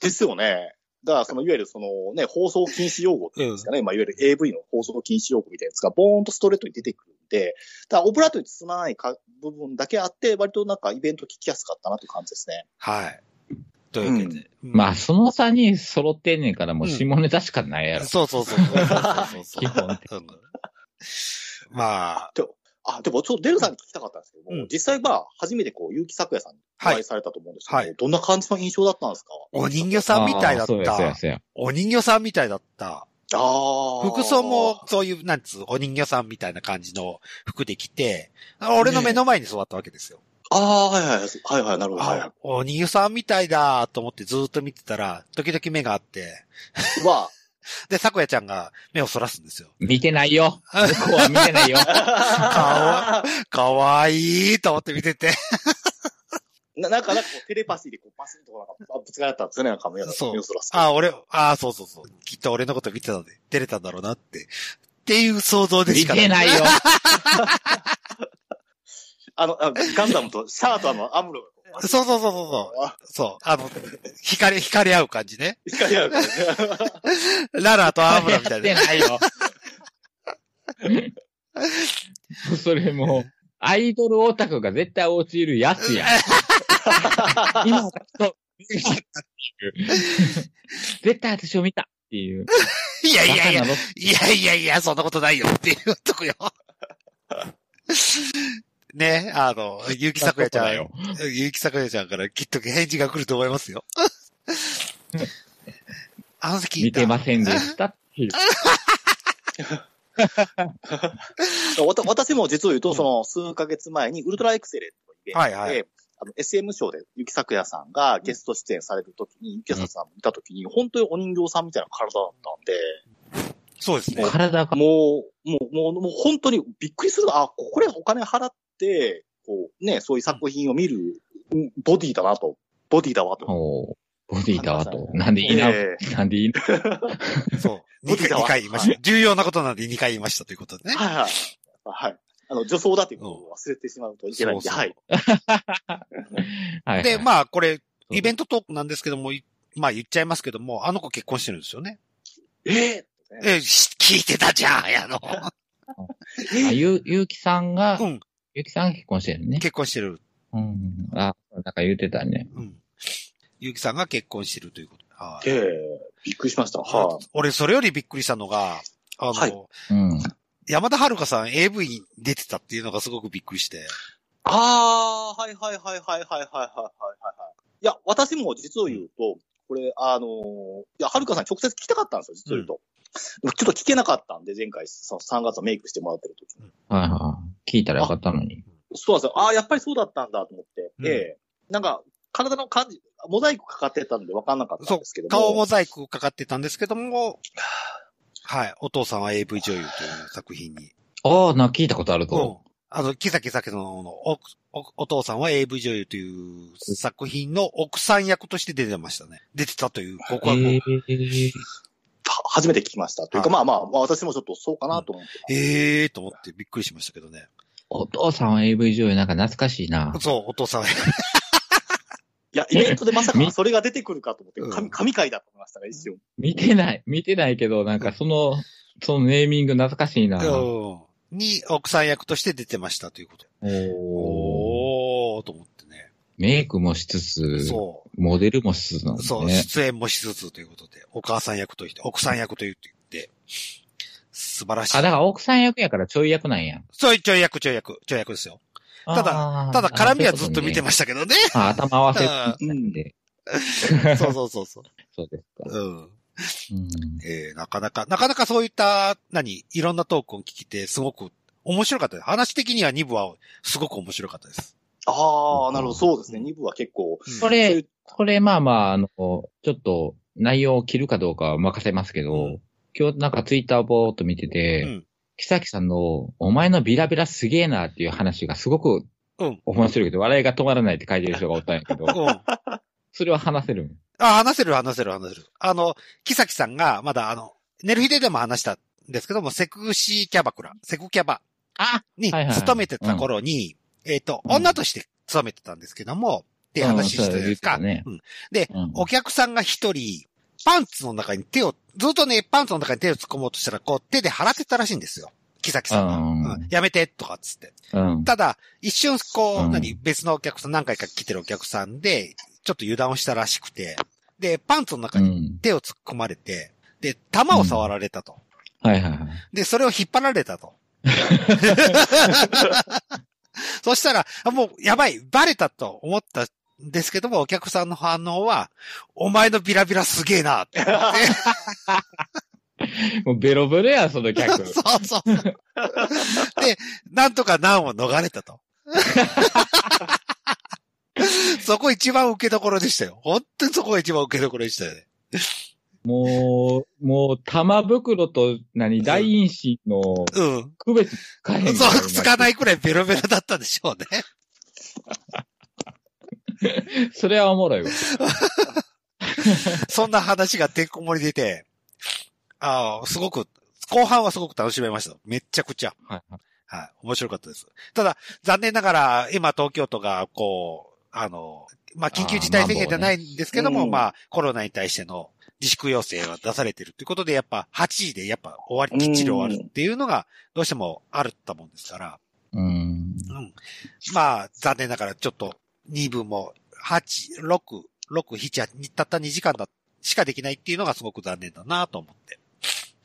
C: ですよね。だから、その、いわゆるそのね、放送禁止用語っていうんですかね、まあ、いわゆる AV の放送禁止用語みたいなやつが、ボーンとストレートに出てくるんで、だから、オブラートに包まないか部分だけあって、割となんかイベント聞きやすかったなという感じですね。
A: はい。というわけで。
B: まあ、その差に揃ってんねんから、もう
A: うん
B: 下ネタしかないやろ。
A: そうそうそうそうそうそう
B: 基本的
A: そううんまあ、
C: あ、でも、ちょっとデルさんに聞きたかったんですけども、
A: うん
C: 実際まあ、初めてこう、結城咲夜さんにお会いされたと思うんですけど、
A: はい
C: どんな感じの印象だったんですか
A: お人形さんみたいだ
B: あ
A: っ
B: ーそうやそうや
A: た。
B: そうや。
A: お人形さんみたいだった。
C: ああ。
A: 服装も、、そういう、なんつう、お人形さんみたいな感じの服で着て、俺の目の前に座ったわけですよ。
C: ああ、はいはい、はいはい、なるほど。はいは
A: あ、お人形さんみたいだと思ってずーっと見てたら、時々目があって、
C: いわ
A: で、さくやちゃんが目をそらすんですよ。
B: 見てな いよ。向こうは見てないよ。
A: わかわいいと思って見てて。
C: ななんか、なんかこう、テレパシーでこう、バスンとこうなんか、あぶつかれたんですよね、なんか、目を
A: そう
C: 目をそらすと。
A: あ、俺、あそうそうそう。きっと俺のこと見てたので、照れたんだろうなって。っていう想像で
B: 見
A: しかない。
B: てないよ。
C: あの、あガンダムとシャアとあの、アムロがこう。
A: そうそうそうそうう。そう。あの、光、光り合う感じね。。
C: 光合うからね。
A: ララとアームラみたい
B: や
A: な
B: っ。 てないよ。それもう、アイドルオタクが絶対陥るやつや ん。今、そう。絶対私を見たっていう。
A: いやいやいや
B: バカ。なロ
A: いやいやいや、そんなことないよっていうとこよ。 ね、あの、ゆうきさくやちゃ、
B: そんなんこと
A: ゆうきさくやちゃんからきっと返事が来ると思いますよ。 あの時聞い
B: 見
A: た
B: てませんでしたっていう。
C: わた私も実を言うと、その、数ヶ月前に、ウルトラエクセレントのイベントで、
A: はいはい
C: あの、SM ショーで、ゆきさくやさんがゲスト出演されるときに、ゆきささん見たときに、本当にお人形さんみたいな体だったんで、
A: そうですね。
B: 体が、
C: もう、もう、もう、もう本当にびっくりする。あ、これお金払って、こう、ね、そういう作品を見る、うんボディだなと。ボディだわと。
B: もう、ボディだわと。なんでいいな、
C: ええ
B: なんでいいな。
A: そう。
C: 無
A: 2
C: 理
A: 回
C: だわ
A: 二回言いました。重要なことなんで2回言いましたということでね。
C: はいはい。はい。あの、女装だということを忘れてしまうといけないんで、
A: そうそう
C: はい。
B: はいはい。
A: で、まあ、これ、イベ
B: ン
A: ントトークなんですけども、いまあ言っちゃいますけども、あの子結婚してるんですよね。
C: ええ
A: え、し聞いてたじゃん、あの。
B: ト。ゆ、ゆうきさんが、
A: うん、
B: ゆうきさんが結婚してるね。
A: 結婚してる。
B: うん。あ、なんか言ってたね。
A: うん。ゆうきさんが結婚してるということ。はい
C: ええびっくりしました。はい。
A: 俺、それよりびっくりしたのが、あの、
C: はい
B: うん。
A: 山田遥さん AV に出てたっていうのがすごくびっくりして。
C: ああ、はいはいはいはいはいはいはいはいはい。いや、私も実を言うと、これ、あのーいや、はるかさんに直接聞きたかったんですよ、実を言うと。でもちょっと聞けなかったんで、前回、その3月メイクしてもらってる時に。
B: はいはい。聞いたらよかったのに。
C: そうなんですよ。ああ、やっぱりそうだったんだと思って。
A: うん
C: ええなんか、体の感じ、モザイクかかってたんで分かんなかったんですけども。
A: 顔モザイクかかってたんですけども、はい。お父さんは AV 女優という作品に。
B: ああ、な、聞いたことある
A: う
B: と
A: ん。。あの、キサキサキのおお、お父さんは AV 女優という作品の奥さん役として出てましたね。出てたという告白を。
B: え
A: え
B: ー
C: は初めて聞きました。というか、まあまあ、まあ私もちょっとそうかなと思って。
A: えーと思ってびっくりしましたけどね。
B: お父さんは AV 女優なんか懐かしいな。
A: そう、お父さんは。
C: いや、イベントでまさ
B: み
C: かそれが出てくるかと思って、
A: うん
C: 神、神回だと思いましたね、一瞬。
B: 見てない、見てないけど、なんかその、そのネーミング懐かしいな。
A: うんに、奥さん役として出てましたということ。
B: おー
A: おーと思ってね。
B: メイクもしつつ、
A: そう。
B: モデルもしつつなんです
A: そう、
B: ね。
A: 出演もしつつということで、お母さん役と言って、奥さん役と言って、素晴らしい
B: あ、。だから奥さん役やからちょい役なんや。
A: そういうちょい役、ちょい役、ちょい役ですよ。ただ、
B: あー
A: ただ絡みはずっと見てま
B: し
A: したけ どね。
B: た。あ頭合わせ
A: う
C: うん。
B: で。
A: んそうそうそうそう。
B: そうですか。
A: うん。
B: うん
A: えー、なかなか、なかなかそういった、何、いろんなトークを聞きて、すごく面白かったです。話的には2部はすごく面白かったです。
C: ああ、なるほど、そうですね。2部は結構、
B: これ、これまあまあ、あの、ちょっと内容を切るかどうかは任せますけど、
A: うん
B: 今日なんかツイッターをぼーっと見てて、
A: うん
B: 木崎さんの、お前のビラビラすげえなっていう話がすごく
A: うん
B: 面白いけど、笑いが止まらないって書いてる人がおったんやけど、
A: うん。あ、
B: それは話せるん
A: 話せる話せる話せる。あの、木崎さんが、まだあの、寝る日ででも話したんですけども、セクシーキャバクラ、セクキャバ
B: あ
A: に
B: はいはいはい
A: 勤めてた頃に、えっ、と、
B: うん
A: 女として勤めてたんですけども、って話してたじゃないですか。
B: うんそう言ってた
A: うんで、
B: うん
A: お客さんが一人、パンツの中に手を、ずっとね、パンツの中に手を突っ込もうとしたら、こう手で払ってたらしいんですよ。木崎さんが。
B: うん
A: うんやめて、とかっつって。
B: うん。
A: ただ、一瞬、こう、
B: うん
A: 何、別のお客さん、何回か来てるお客さんで、ちょっと油断をしたらしくて、で、パンツの中
B: う
A: に
B: ん。
A: 手を突っ込まれて、で、玉を触られたと。
B: はいはいはい。
A: で、それを引っ張られた と。そしたら、あもう、やばい、バレたと思ったんですけども、お客さんの反応は、お前のビラビラすげえなって。
B: もうベロベロや、そ の
A: そ
B: 客。
A: うそう。で、なんとか難を逃れたと。そこ一番受けどころでしたよ。本当にそこが一番受けどころでしたよね。
B: もう、もう、玉袋と、何、大陰唇の
A: うん。
B: 区別つかへんから。
A: そう、つかないいくらいベロベロだったんでしょうね。
B: それはおもろいわ。
A: そんな話がてんこ盛り出て、ああ、すごく、後半はすごく楽しめました。めっちゃくちゃ。
B: はいはい
A: はい。面白かったです。ただ、残念ながら、今東京都が、こう、あの、まあ、緊急事態宣言じゃないんですけども、
C: あーまあもうね
A: まあ、コロナに対しての自粛要請は出されてるということで、やっぱ8時でやっぱ終わり、きっちり終わるっていうのが、どうしてもあるったもんですから、
B: うん。
A: うん。まあ、残念ながらちょっと、2部も、8、6、6、7、8、たった2時間だ、しかできないっていうのがすごく残念だなと思って。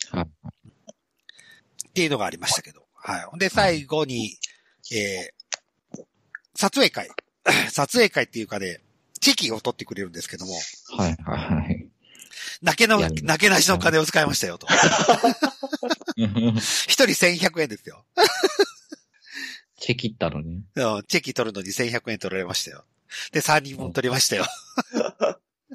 B: はい
A: っていうのがありましたけど。はい。ほんで、最後に、えー撮影会。 撮影会っていうかね、チェキを取ってくれるんですけども、
B: はいはいはい。
A: 泣けの、
B: いやいや
A: 泣けなしの金を使いましたよと。 一人1100円ですよ。
B: チェキったのね。
A: うんチェキ取るのに1100円取られましたよ。で、3人分取りましたよ。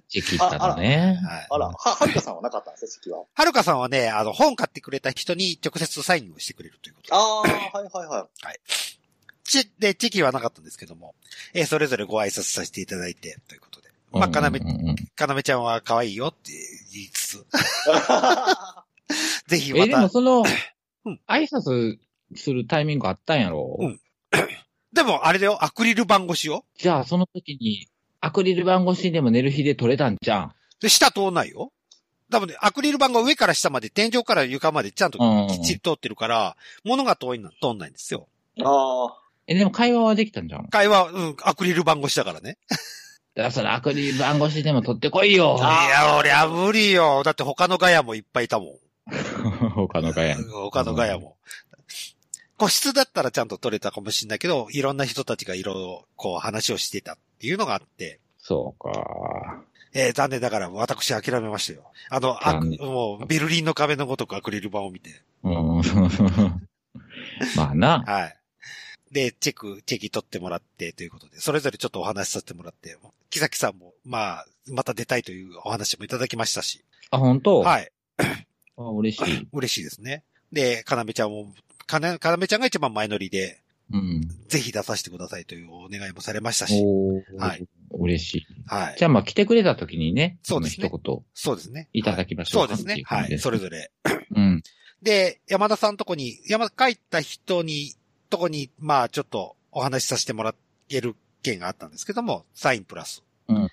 B: チェキったのね。
A: はい。
C: あら、は、はるかさんはなかったんですよ、席は。
A: はるかさんはね、あの、本買ってくれた人に直接サインをしてくれるということで。
C: ああ、はいはいはい。
A: ち、で、チェキはなかったんですけども、えーそれぞれご挨拶させていただいて、ということで。まあ、かなめ
B: うん、うんうん
A: かなめちゃんは可愛いよって言いつつ、ぜひ
B: え、
A: ま
B: でも
A: た、
B: その
A: うん、
B: 挨拶するタイミングあったんやろ、
A: うんでもあれだよ、アクリル板越しよ。
B: じゃあ、その時に、アクリル板越しにでも寝る日で撮れたんじゃん。
A: で、下通んないよ。多分ね、アクリル板が上から下まで、天井から床までちゃんと
B: うん
A: きっちり通ってるから、物が遠いの、通んないんですよ。
C: ああ。
B: え、でも会話はできたんじゃん。だか
A: 会話、うん、アクリル板越しだからね。
B: らそのアクリル板越しでも撮ってこいよ
A: い
C: あ
A: や、俺は無理よ。だって他のガヤもいっぱいいたもん。
B: 他の会話。
A: 他のガヤも。個室だったらちゃんと取れたかもしれないけど、いろんな人たちがいろいろこう話をしてたっていうのがあって、
B: そうか。
A: えー残念ながら私諦めましたよ。あの、あ
B: 残念
A: もうベルリンの壁のごとくアクリル板を見て。
B: うん。まあな。
A: はい。で、チェック、チェキ取ってもらってということで、それぞれちょっとお話しさせてもらって、木崎さんも、まあ、また出たいというお話もいただきましたし。
B: あ、本当
A: はい。
B: あ、嬉しい。
A: 嬉しいですね。で、かなめちゃんも、かな、かなめちゃんが一番前乗りで、
B: うん。
A: ぜひ出させてくださいというお願いもされましたし。はい。
B: 嬉しい。
A: はい。
B: じゃあまあ来てくれた時にね、
A: そうですね。
B: 一言。
A: そうですね。
B: いただきましょう。
A: そうですね。はい。それぞれ。
B: うん。
A: で、山田さんとこに、山田書いた人に、とこに、まあちょっとお話しさせてもらえる件があったんですけども、サインプラス。
B: うん。はい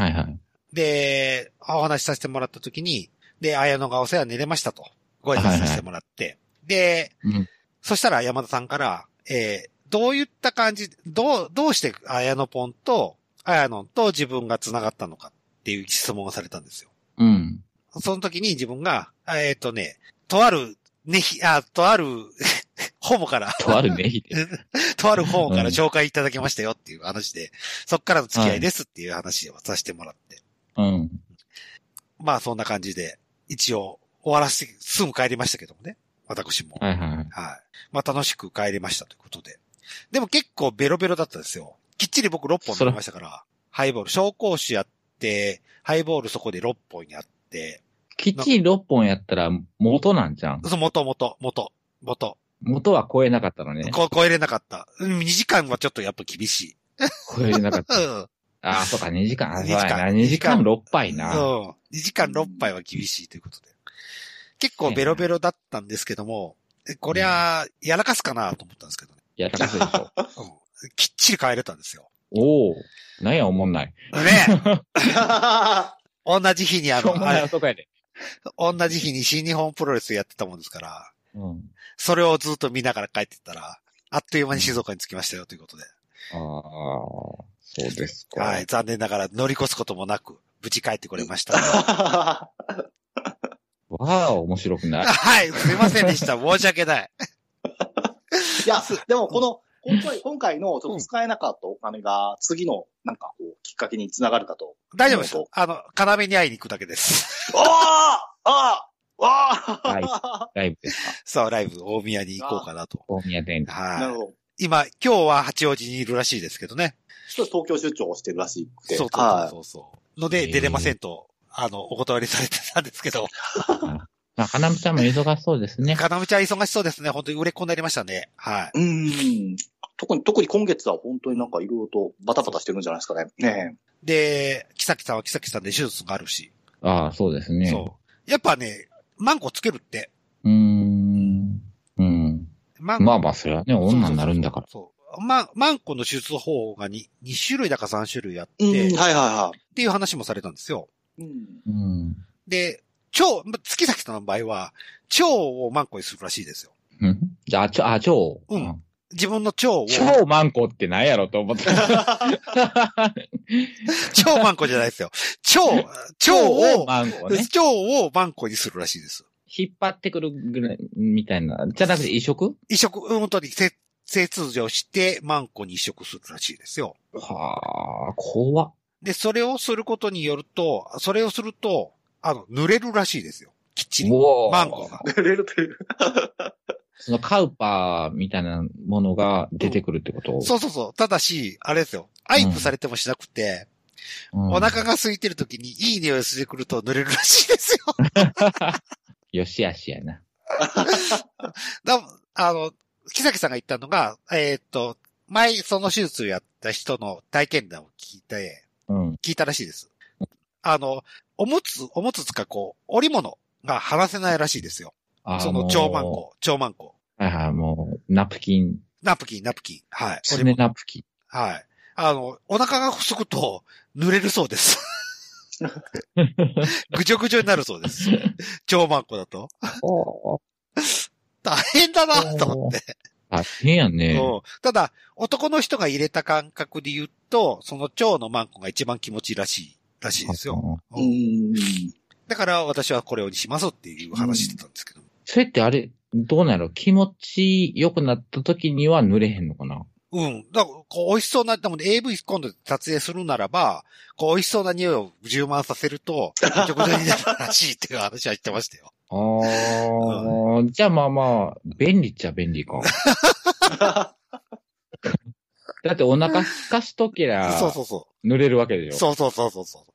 B: はい。
A: で、お話しさせてもらった時に、で、綾野がお世話に寝れましたと、ご挨拶させてもらって。はいはい、で、
B: うん、
A: そしたら山田さんから、えー、どういった感じ、どう、どうして綾野ポンと、綾野と自分が繋がったのかっていう質問をされたんですよ。
B: うん。
A: その時に自分が、えっ、ー、とね、とある、ねひ、あ、とある 本から
B: とあるねひ。
A: とある本から紹介いただきましたよっていう話で、そっからの付き合いですっていう話をさせてもらって。
B: はい、うん。
A: まあそんな感じで、一応終わらせて、すぐ帰りましたけどもね。私も。
B: はいはい。はい。
A: まあ楽しく帰りましたということで。でも結構ベロベロだったですよ。きっちり僕6本飲みましたから、ハイボール、紹興酒やって、ハイボールそこで6本やって。
B: きっちり6本やったら元なんじゃん。
A: そう、元、元、元、元。
B: 元は超えなかったのね。
A: こ超えれなかった。うん、2時間はちょっとやっぱ厳しい。
B: 超えれなかった。うん。ああ、そうか、2時間。2時間。2時間6杯な。
A: そう。2時間6杯は厳しいということで。結構ベロベロだったんですけども、こりゃ、やらかすかなと思ったんですけどね。
B: やらかすでしょ。
A: うん、きっちり帰れたんですよ。
B: おお、なんや、おもんない。
A: ね 同じ日にあの、
B: あれ、
A: 同じ日に新日本プロレスやってたもんですから、
B: うん、
A: それをずっと見ながら帰ってったら、あっという間に静岡に着きましたよということで。
B: ああ、そうですか。
A: はい、残念ながら乗り越すこともなく、無事帰ってこれました。
B: わあ、面白くない。
A: はい、すいませんでした。申し訳ない。
C: いや、でもこの、今回、今回の、ちょっと使えなかったお金が、次の、なんか、こう、きっかけにつながるかと。
A: 大丈夫です。あの、要に会いに行くだけです。
C: あああああ
B: あライブ。ライブですか。
A: そう、ライブ、大宮に行こうかなと。
B: 大宮店
A: はい。なるほど。今、今日は八王子にいるらしいですけどね。
C: ちょっと東京出張をしてるらしい。
A: そうそうそうそう。ので、出れませんと、あの、お断りされてたんですけど。
B: まあ、かなむちゃんも忙しそうですね。
A: かなむちゃん忙しそうですね。本当に売れっ子になりましたね。はい
C: うん。特に、特に今月は本当になんかいろいろとバタバタしてるんじゃないですかね。ね
A: で、木崎さんは木崎さんで手術があるし。
B: ああ、そうですね。
A: そう。やっぱね、マンコつけるって。
B: うーん。うん。まあまあ、それはね、女になるんだから。。
A: そう。ま、マンコの手術法が 2, 2種類だか3種類あって、はい。
C: はいはい
A: っていう話もされたんですよ。
C: うん
A: で、腸、月崎さんの場合は、腸をマンコにするらしいですよ。
B: うん。じゃあ、腸、あ、腸。
A: うん。自分の腸を。
B: 超マンコって何やろ と思った。
A: 超マンコじゃないですよ。腸、腸を、
B: マンコ、ね、
A: 腸をマンコにするらしいです。
B: 引っ張ってくるぐらい、みたいな。じゃなくて移植
A: 移植、本当にせ、性通常して、マンコに移植するらしいですよ。
B: はあ、怖っ。
A: で、それをすることによると、それをすると、あの、濡れるらしいですよ。きっちり。マンゴーが。
C: 濡れるという。
B: そのカウパーみたいなものが出てくるってこと、うん、
A: そうそうそう。ただし、あれですよ。アイプされてもしなくて、うん、お腹が空いてる時にいい匂いしてくると濡れるらしいですよ。
B: よしあしやな。
A: だあの、木崎さんが言ったのが、えー、っと、前その手術をやった人の体験談を聞いて、
B: うん、
A: 聞いたらしいです。あの、おむつ、おむつつかこう、織物が離せないらしいですよ。その超マンコ、超マンコ。
B: はいはい、もう、ナプキン。
A: ナプキン、ナプキン。はい。
B: 爪ナプキン。
A: はい。あの、お腹が細くと、濡れるそうです。ぐちょぐちょになるそうです。超マンコだと。大変だなと思って。
B: 大変やね。
A: うん。ただ、男の人が入れた感覚で言うと、その腸のマンコが一番気持ちいいらしいらしいですよ。
C: うん、
A: だから私はこれをにしますっていう話してたんですけど。
B: それってあれ、どうなの気持ち良くなった時には濡れへんのかな
A: うん。だから、こう、美味しそうな、でも、ね、AV 今度撮影するならば、こう、美味しそうな匂いを充満させると、めちゃくちゃになるらしいっていう話は言ってましたよ。
B: ああ、うん、じゃあまあまあ、便利っちゃ便利か。だってお腹すかしときゃ、
A: そうそうそ
B: 濡れるわけで
A: う。
B: し
A: そ
B: ょ。
A: うそうそうそうそう。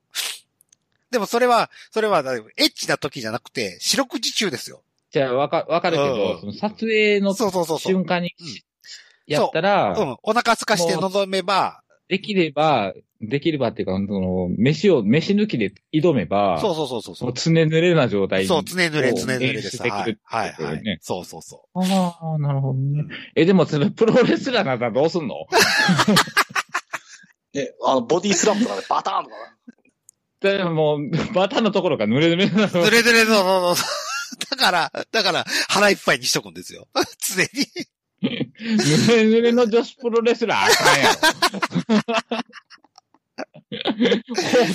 A: でもそれは、それは、だエッチな時じゃなくて、四六時中ですよ。
B: じゃあ、わか、わかるけ
A: うん
B: ど、その撮影の
A: そうそうそうそう。
B: 瞬間に
A: うん
B: やったら、
A: うん、お腹空かして望めば、
B: できれば、できればっていうか、その、飯を、飯抜きで挑めば、
A: そうそうそうそうそ
B: も
A: う
B: う。常濡れな状態に。
A: そう、常濡れ、常濡れです。
B: 演出で
A: は
B: き
A: い
B: る。
A: はい、
B: ってことだ
A: は
B: よね
A: い。そうそうそ
B: ああ、なるほど
A: う。う
B: ね
A: ん。
B: え、でも、それ、プロレスラーならどうすんの
C: ね、あの、ボディスラムとかでバターンとかね。
B: だからもう、バターのところが濡れ濡れ な
A: 濡
B: の。
A: れ濡れ、そうそうそう。だ から、だから、腹いっぱいにしとくんですよ。 常に。
B: 濡れ濡れの女子プロレスラーあかんやろ。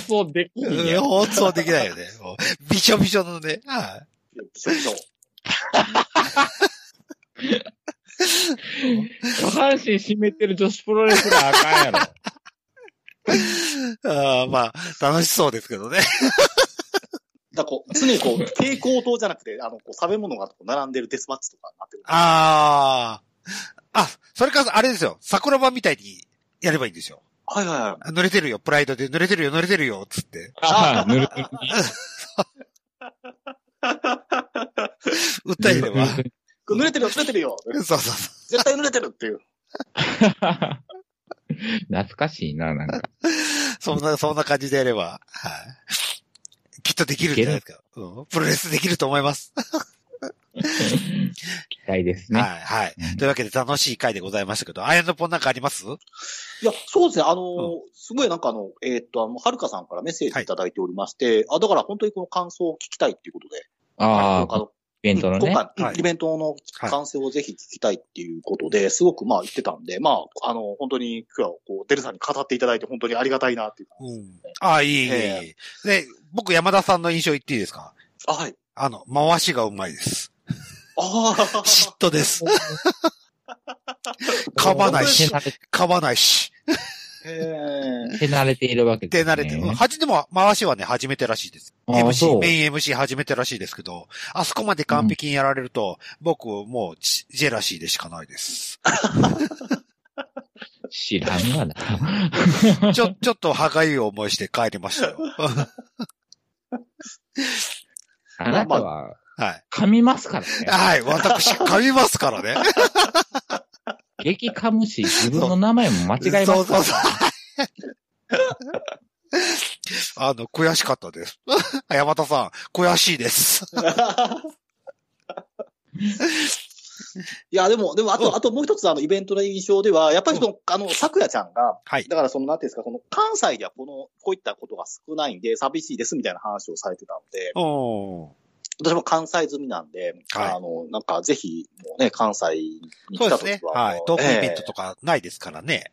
B: 放送できんや
A: うん
B: ろ。
A: 放送できないよね。もうびしょびしょのね。はい
C: そうそう
B: 下半身締めてる女子プロレスラーあか んやろ。
A: あーまあ、楽しそうですけどね。
C: だからこう、常にこう、蛍光灯じゃなくて、あの、こう、食べ物がこう並んでるデスマッチとかになってる。
A: ああ。あ、それか、あれですよ。桜庭みたいにやればいいんですよ。
C: はいはいはい。
A: 濡れてるよ、プライドで。濡れてるよ、濡れてるよ、つって。
B: ああ、ぬるぬる
A: 訴えれ ば。
C: これ濡れてるよ、濡れてるよ。
A: そうそうそう。
C: 絶対濡れてるっていう。
B: 懐かしいな、なんか。
A: そんな、そんな感じでやれば、はい。きっとできるんじゃないですか。うん、プロレスできると思います。
B: 期待です
A: はい、
B: ね。
A: はい。
B: うん
A: というわけで楽しい回でございましたけど、アイアンドポンなんかあります
C: いや、そうですね。あのー、すごいなんかあの、えーっと、あの、はるかさんからメッセージいただいておりまして、あ、だから本当にこの感想を聞きたいっていうことで。
B: あ
C: あ
B: あ、イ
C: の、
B: ベントのね。
C: 今回、
A: はい
C: イベントの感想をぜひ聞きたいっていうことで、すごくまあ言ってたんで、まあ、あの、本当に今日はこう、デルさんに語っていただいて本当にありがたいなっていう。
A: うん。ああ、いい、いいいい
C: え
A: で、僕山田さんの印象言っていいですか
C: あ、はい。
A: あの、回しがうまいです。
C: ああ、
A: 嫉妬です。噛まないし
B: 手、慣れ
A: 噛まないし。
C: へえ。
B: 手慣れているわけ
A: で、
B: です、ね。
A: 慣れて、うんはじ、でも、回しはね、初めてらしいです。
B: ああ、そ
A: MC、
B: う。
A: メイン MC 初めてらしいですけど、あそこまで完璧にやられると、僕、もうジ、ジェラシーでしかないです。
B: 知らんわな。
A: ちょ、ちょっと歯がゆい思いして帰りましたよ。
B: あなたは
A: はい。
B: 噛みますからね。
A: はい。私、噛みますからね。
B: 激噛むし、自分の名前も間違え
A: そ
B: ま
A: う
B: すか
A: そ
B: ら
A: うそう。あの、悔しかったです。 山田さん、悔しい です。
C: いや、でも、でも、あ
A: うん
C: と、あともう一つ、あの、イベントの印象では、やっぱりその、あの、咲夜ちゃんが、
A: はい。
C: だからその、なんていうんですか、この、関西ではこの、こういったことが少ないんで、寂しいですみたいな話をされてたので、
A: おー
C: 私も関西済みなんで、
A: はい
C: あの、なんか、ぜひ、もうね、関西に
A: そ
C: 来
A: うで
C: た
A: す
C: 時
A: ね。
C: は、
A: はい。トークイベントとかないですからね。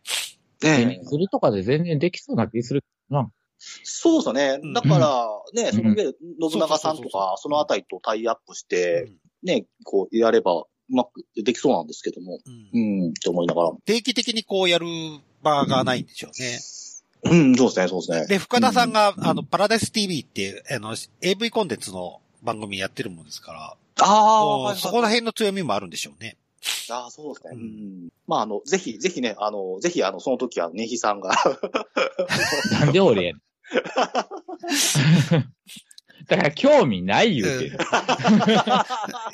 C: ええ
B: デミズルとかで全然できそうな気する。
C: そうですよ
A: うん
C: ね。だから、ね、その
B: うん
C: 上で、信長さん
A: そうそうそうそ
C: と
A: う
C: か、そのあたりとタイアップし
A: う
C: て、
A: ん
C: ね、こう、やれば、うまくできそうなんですけども、
A: うん
C: うん、と思いながら。
A: 定期的にこうやる場がないんでしょうね。
C: うん、そうですね、そうですね。
A: で、深田さんが、
C: うん
A: あの、パラダイス TV って、あの、AV コンテンツの番組やってるもんですから、
C: ああ、
A: こうそこら辺の強みもあるんでしょうね。
C: ああ、そうですね。
A: う
C: うんん。まあ、あの、ぜひ、ぜひね、あの、ぜひ、あの、その時は、ネヒさ んが。
B: なんで俺やねん。 だから興味ない言うてる。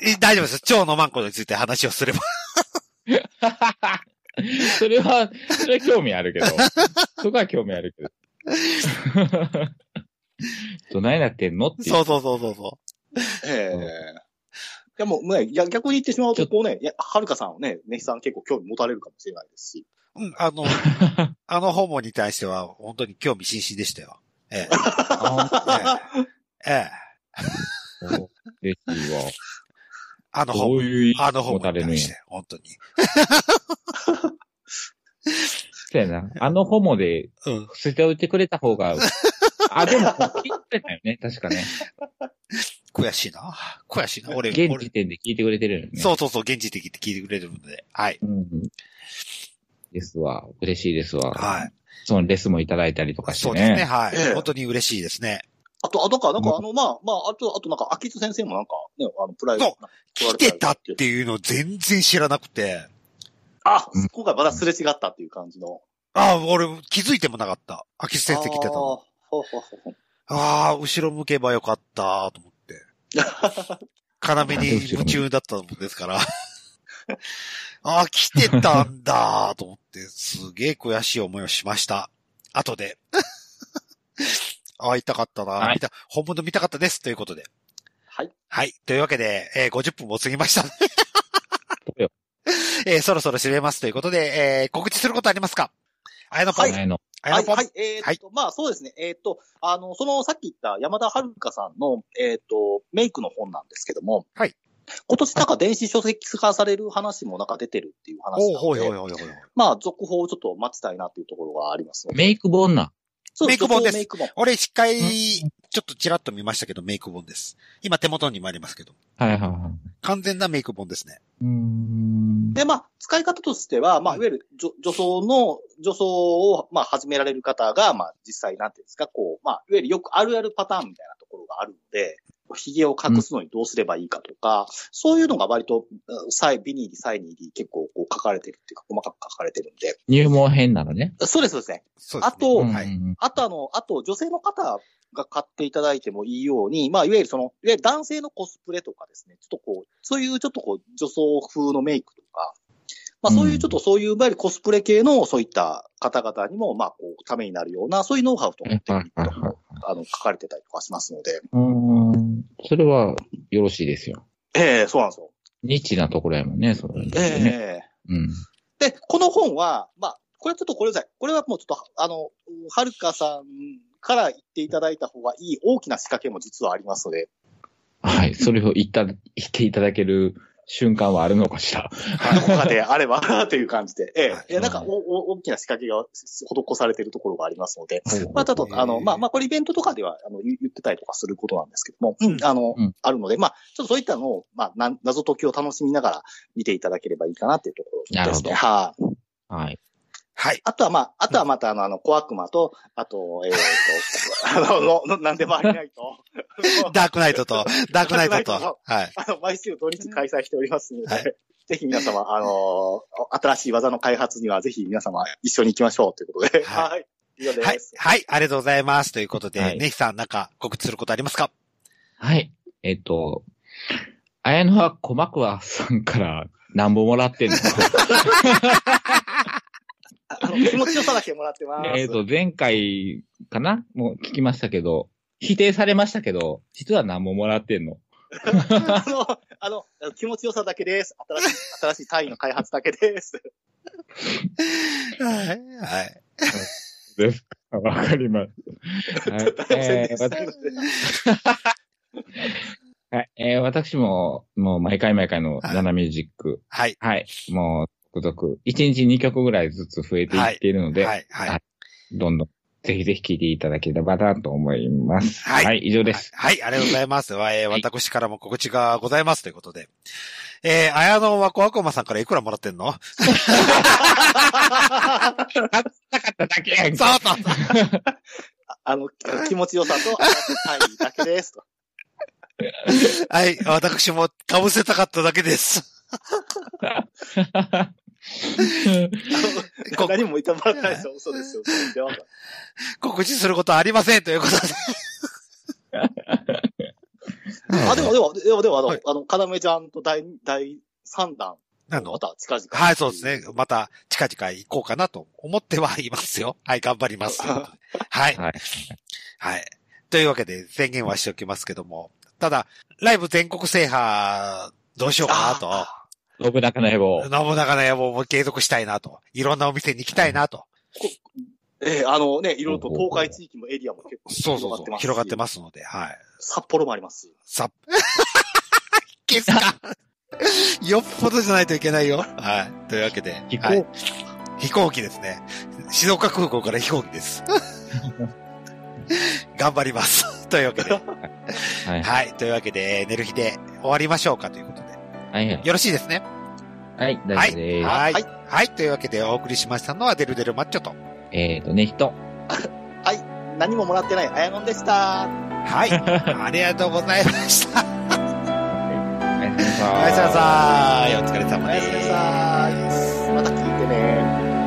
A: え大丈夫です。蝶のマンコについて話をすれば。
B: それは、それは興味あるけど。そこは興味あるけど。 どないなってんの っていう。
A: そうそうそうそうそ
C: ええいや、もうね、いや逆に言ってしまうと、こうね、いやはるかさんをね、ネヒさん結構興味持たれるかもしれないですし。
A: う。うん、あ の、あの訪問に対しては、本当に興味津々でしたよ。 え
B: あ
A: え、ええ、
B: そう嬉しいわ。
A: あの訪
B: どう
A: 問、
B: いう意
A: あ
B: 味
A: の訪
B: 持た
A: 問
B: れ
A: に
B: る
A: 対
B: んや
A: し。て、本当に。
B: そうやな。あのホモで
A: うん。
B: 捨ておいてくれた方 が、あ、でも、聞いてくれたよね、確かね。
A: 悔しいな。悔しいな。俺、
B: 現
A: 俺
B: 時点で聞いてくれてるよね。
A: そうそうそう、現地的って聞いてくれるので。はい。
B: う。ん。ですわ。嬉しいですわ。
A: はい。
B: そのレスもいただいたりとかして
A: そ
B: ね。
A: うですね。は
C: え
A: い。
C: え
A: 本当に嬉しいですね。
C: あと、あとか、な
B: う
C: んか、
B: ん
C: あの、まあ、まあ、あと、あとなんか、秋津先生もなんか、ね、あの、プライ
A: そう来
C: ド。
A: てたっていうのを全然知らなくて、
C: あ、今回まだすれ違ったっていう感じの。
A: ああ、俺気づいてもなかった。空きス先生来てた
C: あ
A: の。
C: ーほうほうほうほう
A: ああ、後ろ向けばよかった、と思って。要に夢中だったもんですから。 ああ、来てたんだ、と思って、すげえ悔しい思いをしました。後で。 ああ、痛かったな、
B: はい
A: 見た本物見たかったです、ということで。
C: はい。
A: はい。というわけで、えー50分も過ぎました。
B: どうよ
A: えーそろそろ締めますということで、えー告知することありますかあやのぽん。
B: はい
C: は
B: い。前の。
A: あや
C: は
A: の
C: い、
A: ぽん。
C: はい、えーっと、まあそうですね、えーっと、あの、そのさっき言った山田遥香さんの、えーっと、メイクの本なんですけども、
A: はい。
C: 今年なんか電子書籍化される話もなんか出てるっていう話なの
A: お
C: で
A: う、ほいほいほいほいほい。
C: まあ続報をちょっと待ちたいなっていうところがありますので。
B: メイク本な。
C: そう
A: メイク本です
C: 続報メイク本。
A: 俺、一回、ちょっとちらっと見ましたけど、メイク本です。今手元にもありますけど。
B: はいはいはい。
A: 完全なメイク本ですね。
B: うーん。
C: で、まあ、使い方としては、まあ、いわゆる女女装の、女装を、まあ、始められる方が、まあ、実際、なんていうんですか、こう、まあ、いわゆるよくあるあるパターンみたいなところがあるので、髭を隠すのにどうすればいいかとか、そういうのが割と、うんサイ、ビニーリ、サイニーリ、結構こう書かれてるっていうか、細かく書かれてるんで。
B: 入門編なのね。
C: そうです、そうですね。
A: そうですね。
C: あと
B: うんうん
A: はい。
B: うん
C: あと、あの、あと、女性の方が買っていただいてもいいように、まあ、いわゆるその、いわゆる男性のコスプレとかですね、ちょっとこう、そういうちょっとこう、女装風のメイクとか、まあ、そういううんちょっとそういう、いわゆるコスプレ系の、そういった方々にも、まあ、こう、ためになるような、そういうノウハウとかっていうの
B: はいはいはい
C: も、あの、書かれてたりとかしますので、
B: うーん。それは、よろしいですよ。
C: ええそうなんですよ。
B: ニッチなところやもんね、それはね。
C: ええ
B: うん。
C: で、この本は、まあ、これはちょっとこれさい。これはもうちょっと、あの、はるかさんから言っていただいた方がいい大きな仕掛けも実はありますので、
B: はい。それを言った、言っていただける瞬間はあるのかしら。
C: どこかであればという感じで、え
A: はい
C: え、ええなんかおお大きな仕掛けが施されているところがありますので、まあ、ただ
A: え、え
C: あの、まあ、まあ、これイベントとかでは、あの、言言ってたりとかすることなんですけども、
A: うん
C: あの、
B: うん
C: あるので、まあ、ちょっとそういったのを、まあ、な謎解きを楽しみながら見ていただければいいかなっていうところですね。
B: なるほど
C: はい、
B: はい。
A: はい。
C: あとは、まあ、あとはまた、あの、あの、小悪魔と、あと、えー、と、あ の、の、のなんでもありないと、
A: ダークナイトと、ダークナイトと、
C: ダークナイト
A: はい。
C: あの、毎週土日開催しておりますので、
A: はい
C: ぜひ皆様、あの新しい技の開発には、ぜひ皆様一緒に行きましょうということで。
A: はい
C: はい。以上で
A: はい
C: す。。
A: はい。ありがとうございます。ということで、
B: はい
A: ネヒさん、なんか告知することありますか
B: はい。えっと、綾野は小幕はさんから何本もらってんの
C: あの、気持ちよさだけもらってます。
B: えっと、前回かなもう聞きましたけど、否定されましたけど、実は何本もらってんの
C: あの、あの、あの気持ちよさだけです。新しい、新しい単位の開発だけです。
A: はい。はい。
B: です。わかります。はいえー
C: 宣伝してるので
B: はいえー私も、もう毎回毎回のナナミュージック、
A: はい。
B: はい、もう、続々、1日2曲ぐらいずつ増えていっているので、
A: はい。はい。
B: どんどん、ぜひぜひ聴いていただければなと思います。
A: はい
B: 以上です。
A: はい、ありがとうございます。わえー
B: はい
A: 私からも告知がございますということで。えー、あやのんはこわこまさんからいくらもらってん の
B: なかっただけやん
A: そうそうそう
C: あの、気持ちよさと、新しい単位だけです。と
A: はい、私も被せたかっただけです。 こ
C: 何も言ってもらってないですよ。嘘ですよ。では
A: 告知することはありませんということで。
C: あ、でも、でも、でも、でも、あの、
A: はい
C: あの、かなめちゃんと第、第3弾、
A: な
C: ま
A: の
C: た近々。
A: はい、そうですね。また近々行こうかなと思ってはいますよ。はい、頑張ります。はい。
B: はい。
A: はい。というわけで宣言はしておきますけども。ただ、ライブ全国制覇、どうしようかなと。
C: あ
B: 信長の野望。
A: 信長の野望も継続したいなと。いろんなお店に行きたいなと。
C: ええあのね、いろいろと東海地域もエリアも結構
A: そう
C: 広
A: そ
C: が
A: う
C: っ
A: そ
C: て
A: う
C: ま。す。
A: 広がって
C: す。
A: ますので、はい。
C: 札幌もありますし。
A: さ、消すか。よっぽどじゃないといけないよ。はい。というわけで。
B: 飛行
A: はい、飛行機ですね。静岡空港から飛行機 です。頑張ります。というわけで。
B: はい。
A: はい。というわけで、寝る日で終わりましょうかということで。
B: はい。
A: よろしいですね。
B: は
A: はい
B: い。大丈夫です。
A: はい。は。
C: はい
A: というわけで、お送りしましたのは、デルデルマッチョと。
B: えっ、とね、人。
C: 何ももらってない、あやのんでした。
A: はい。ありがとうございました。
B: おやすみな
A: お
B: さ哎啊
A: やすみなさい。お疲れ様
C: お
A: で
C: や
A: す。。
C: すみなさい。また来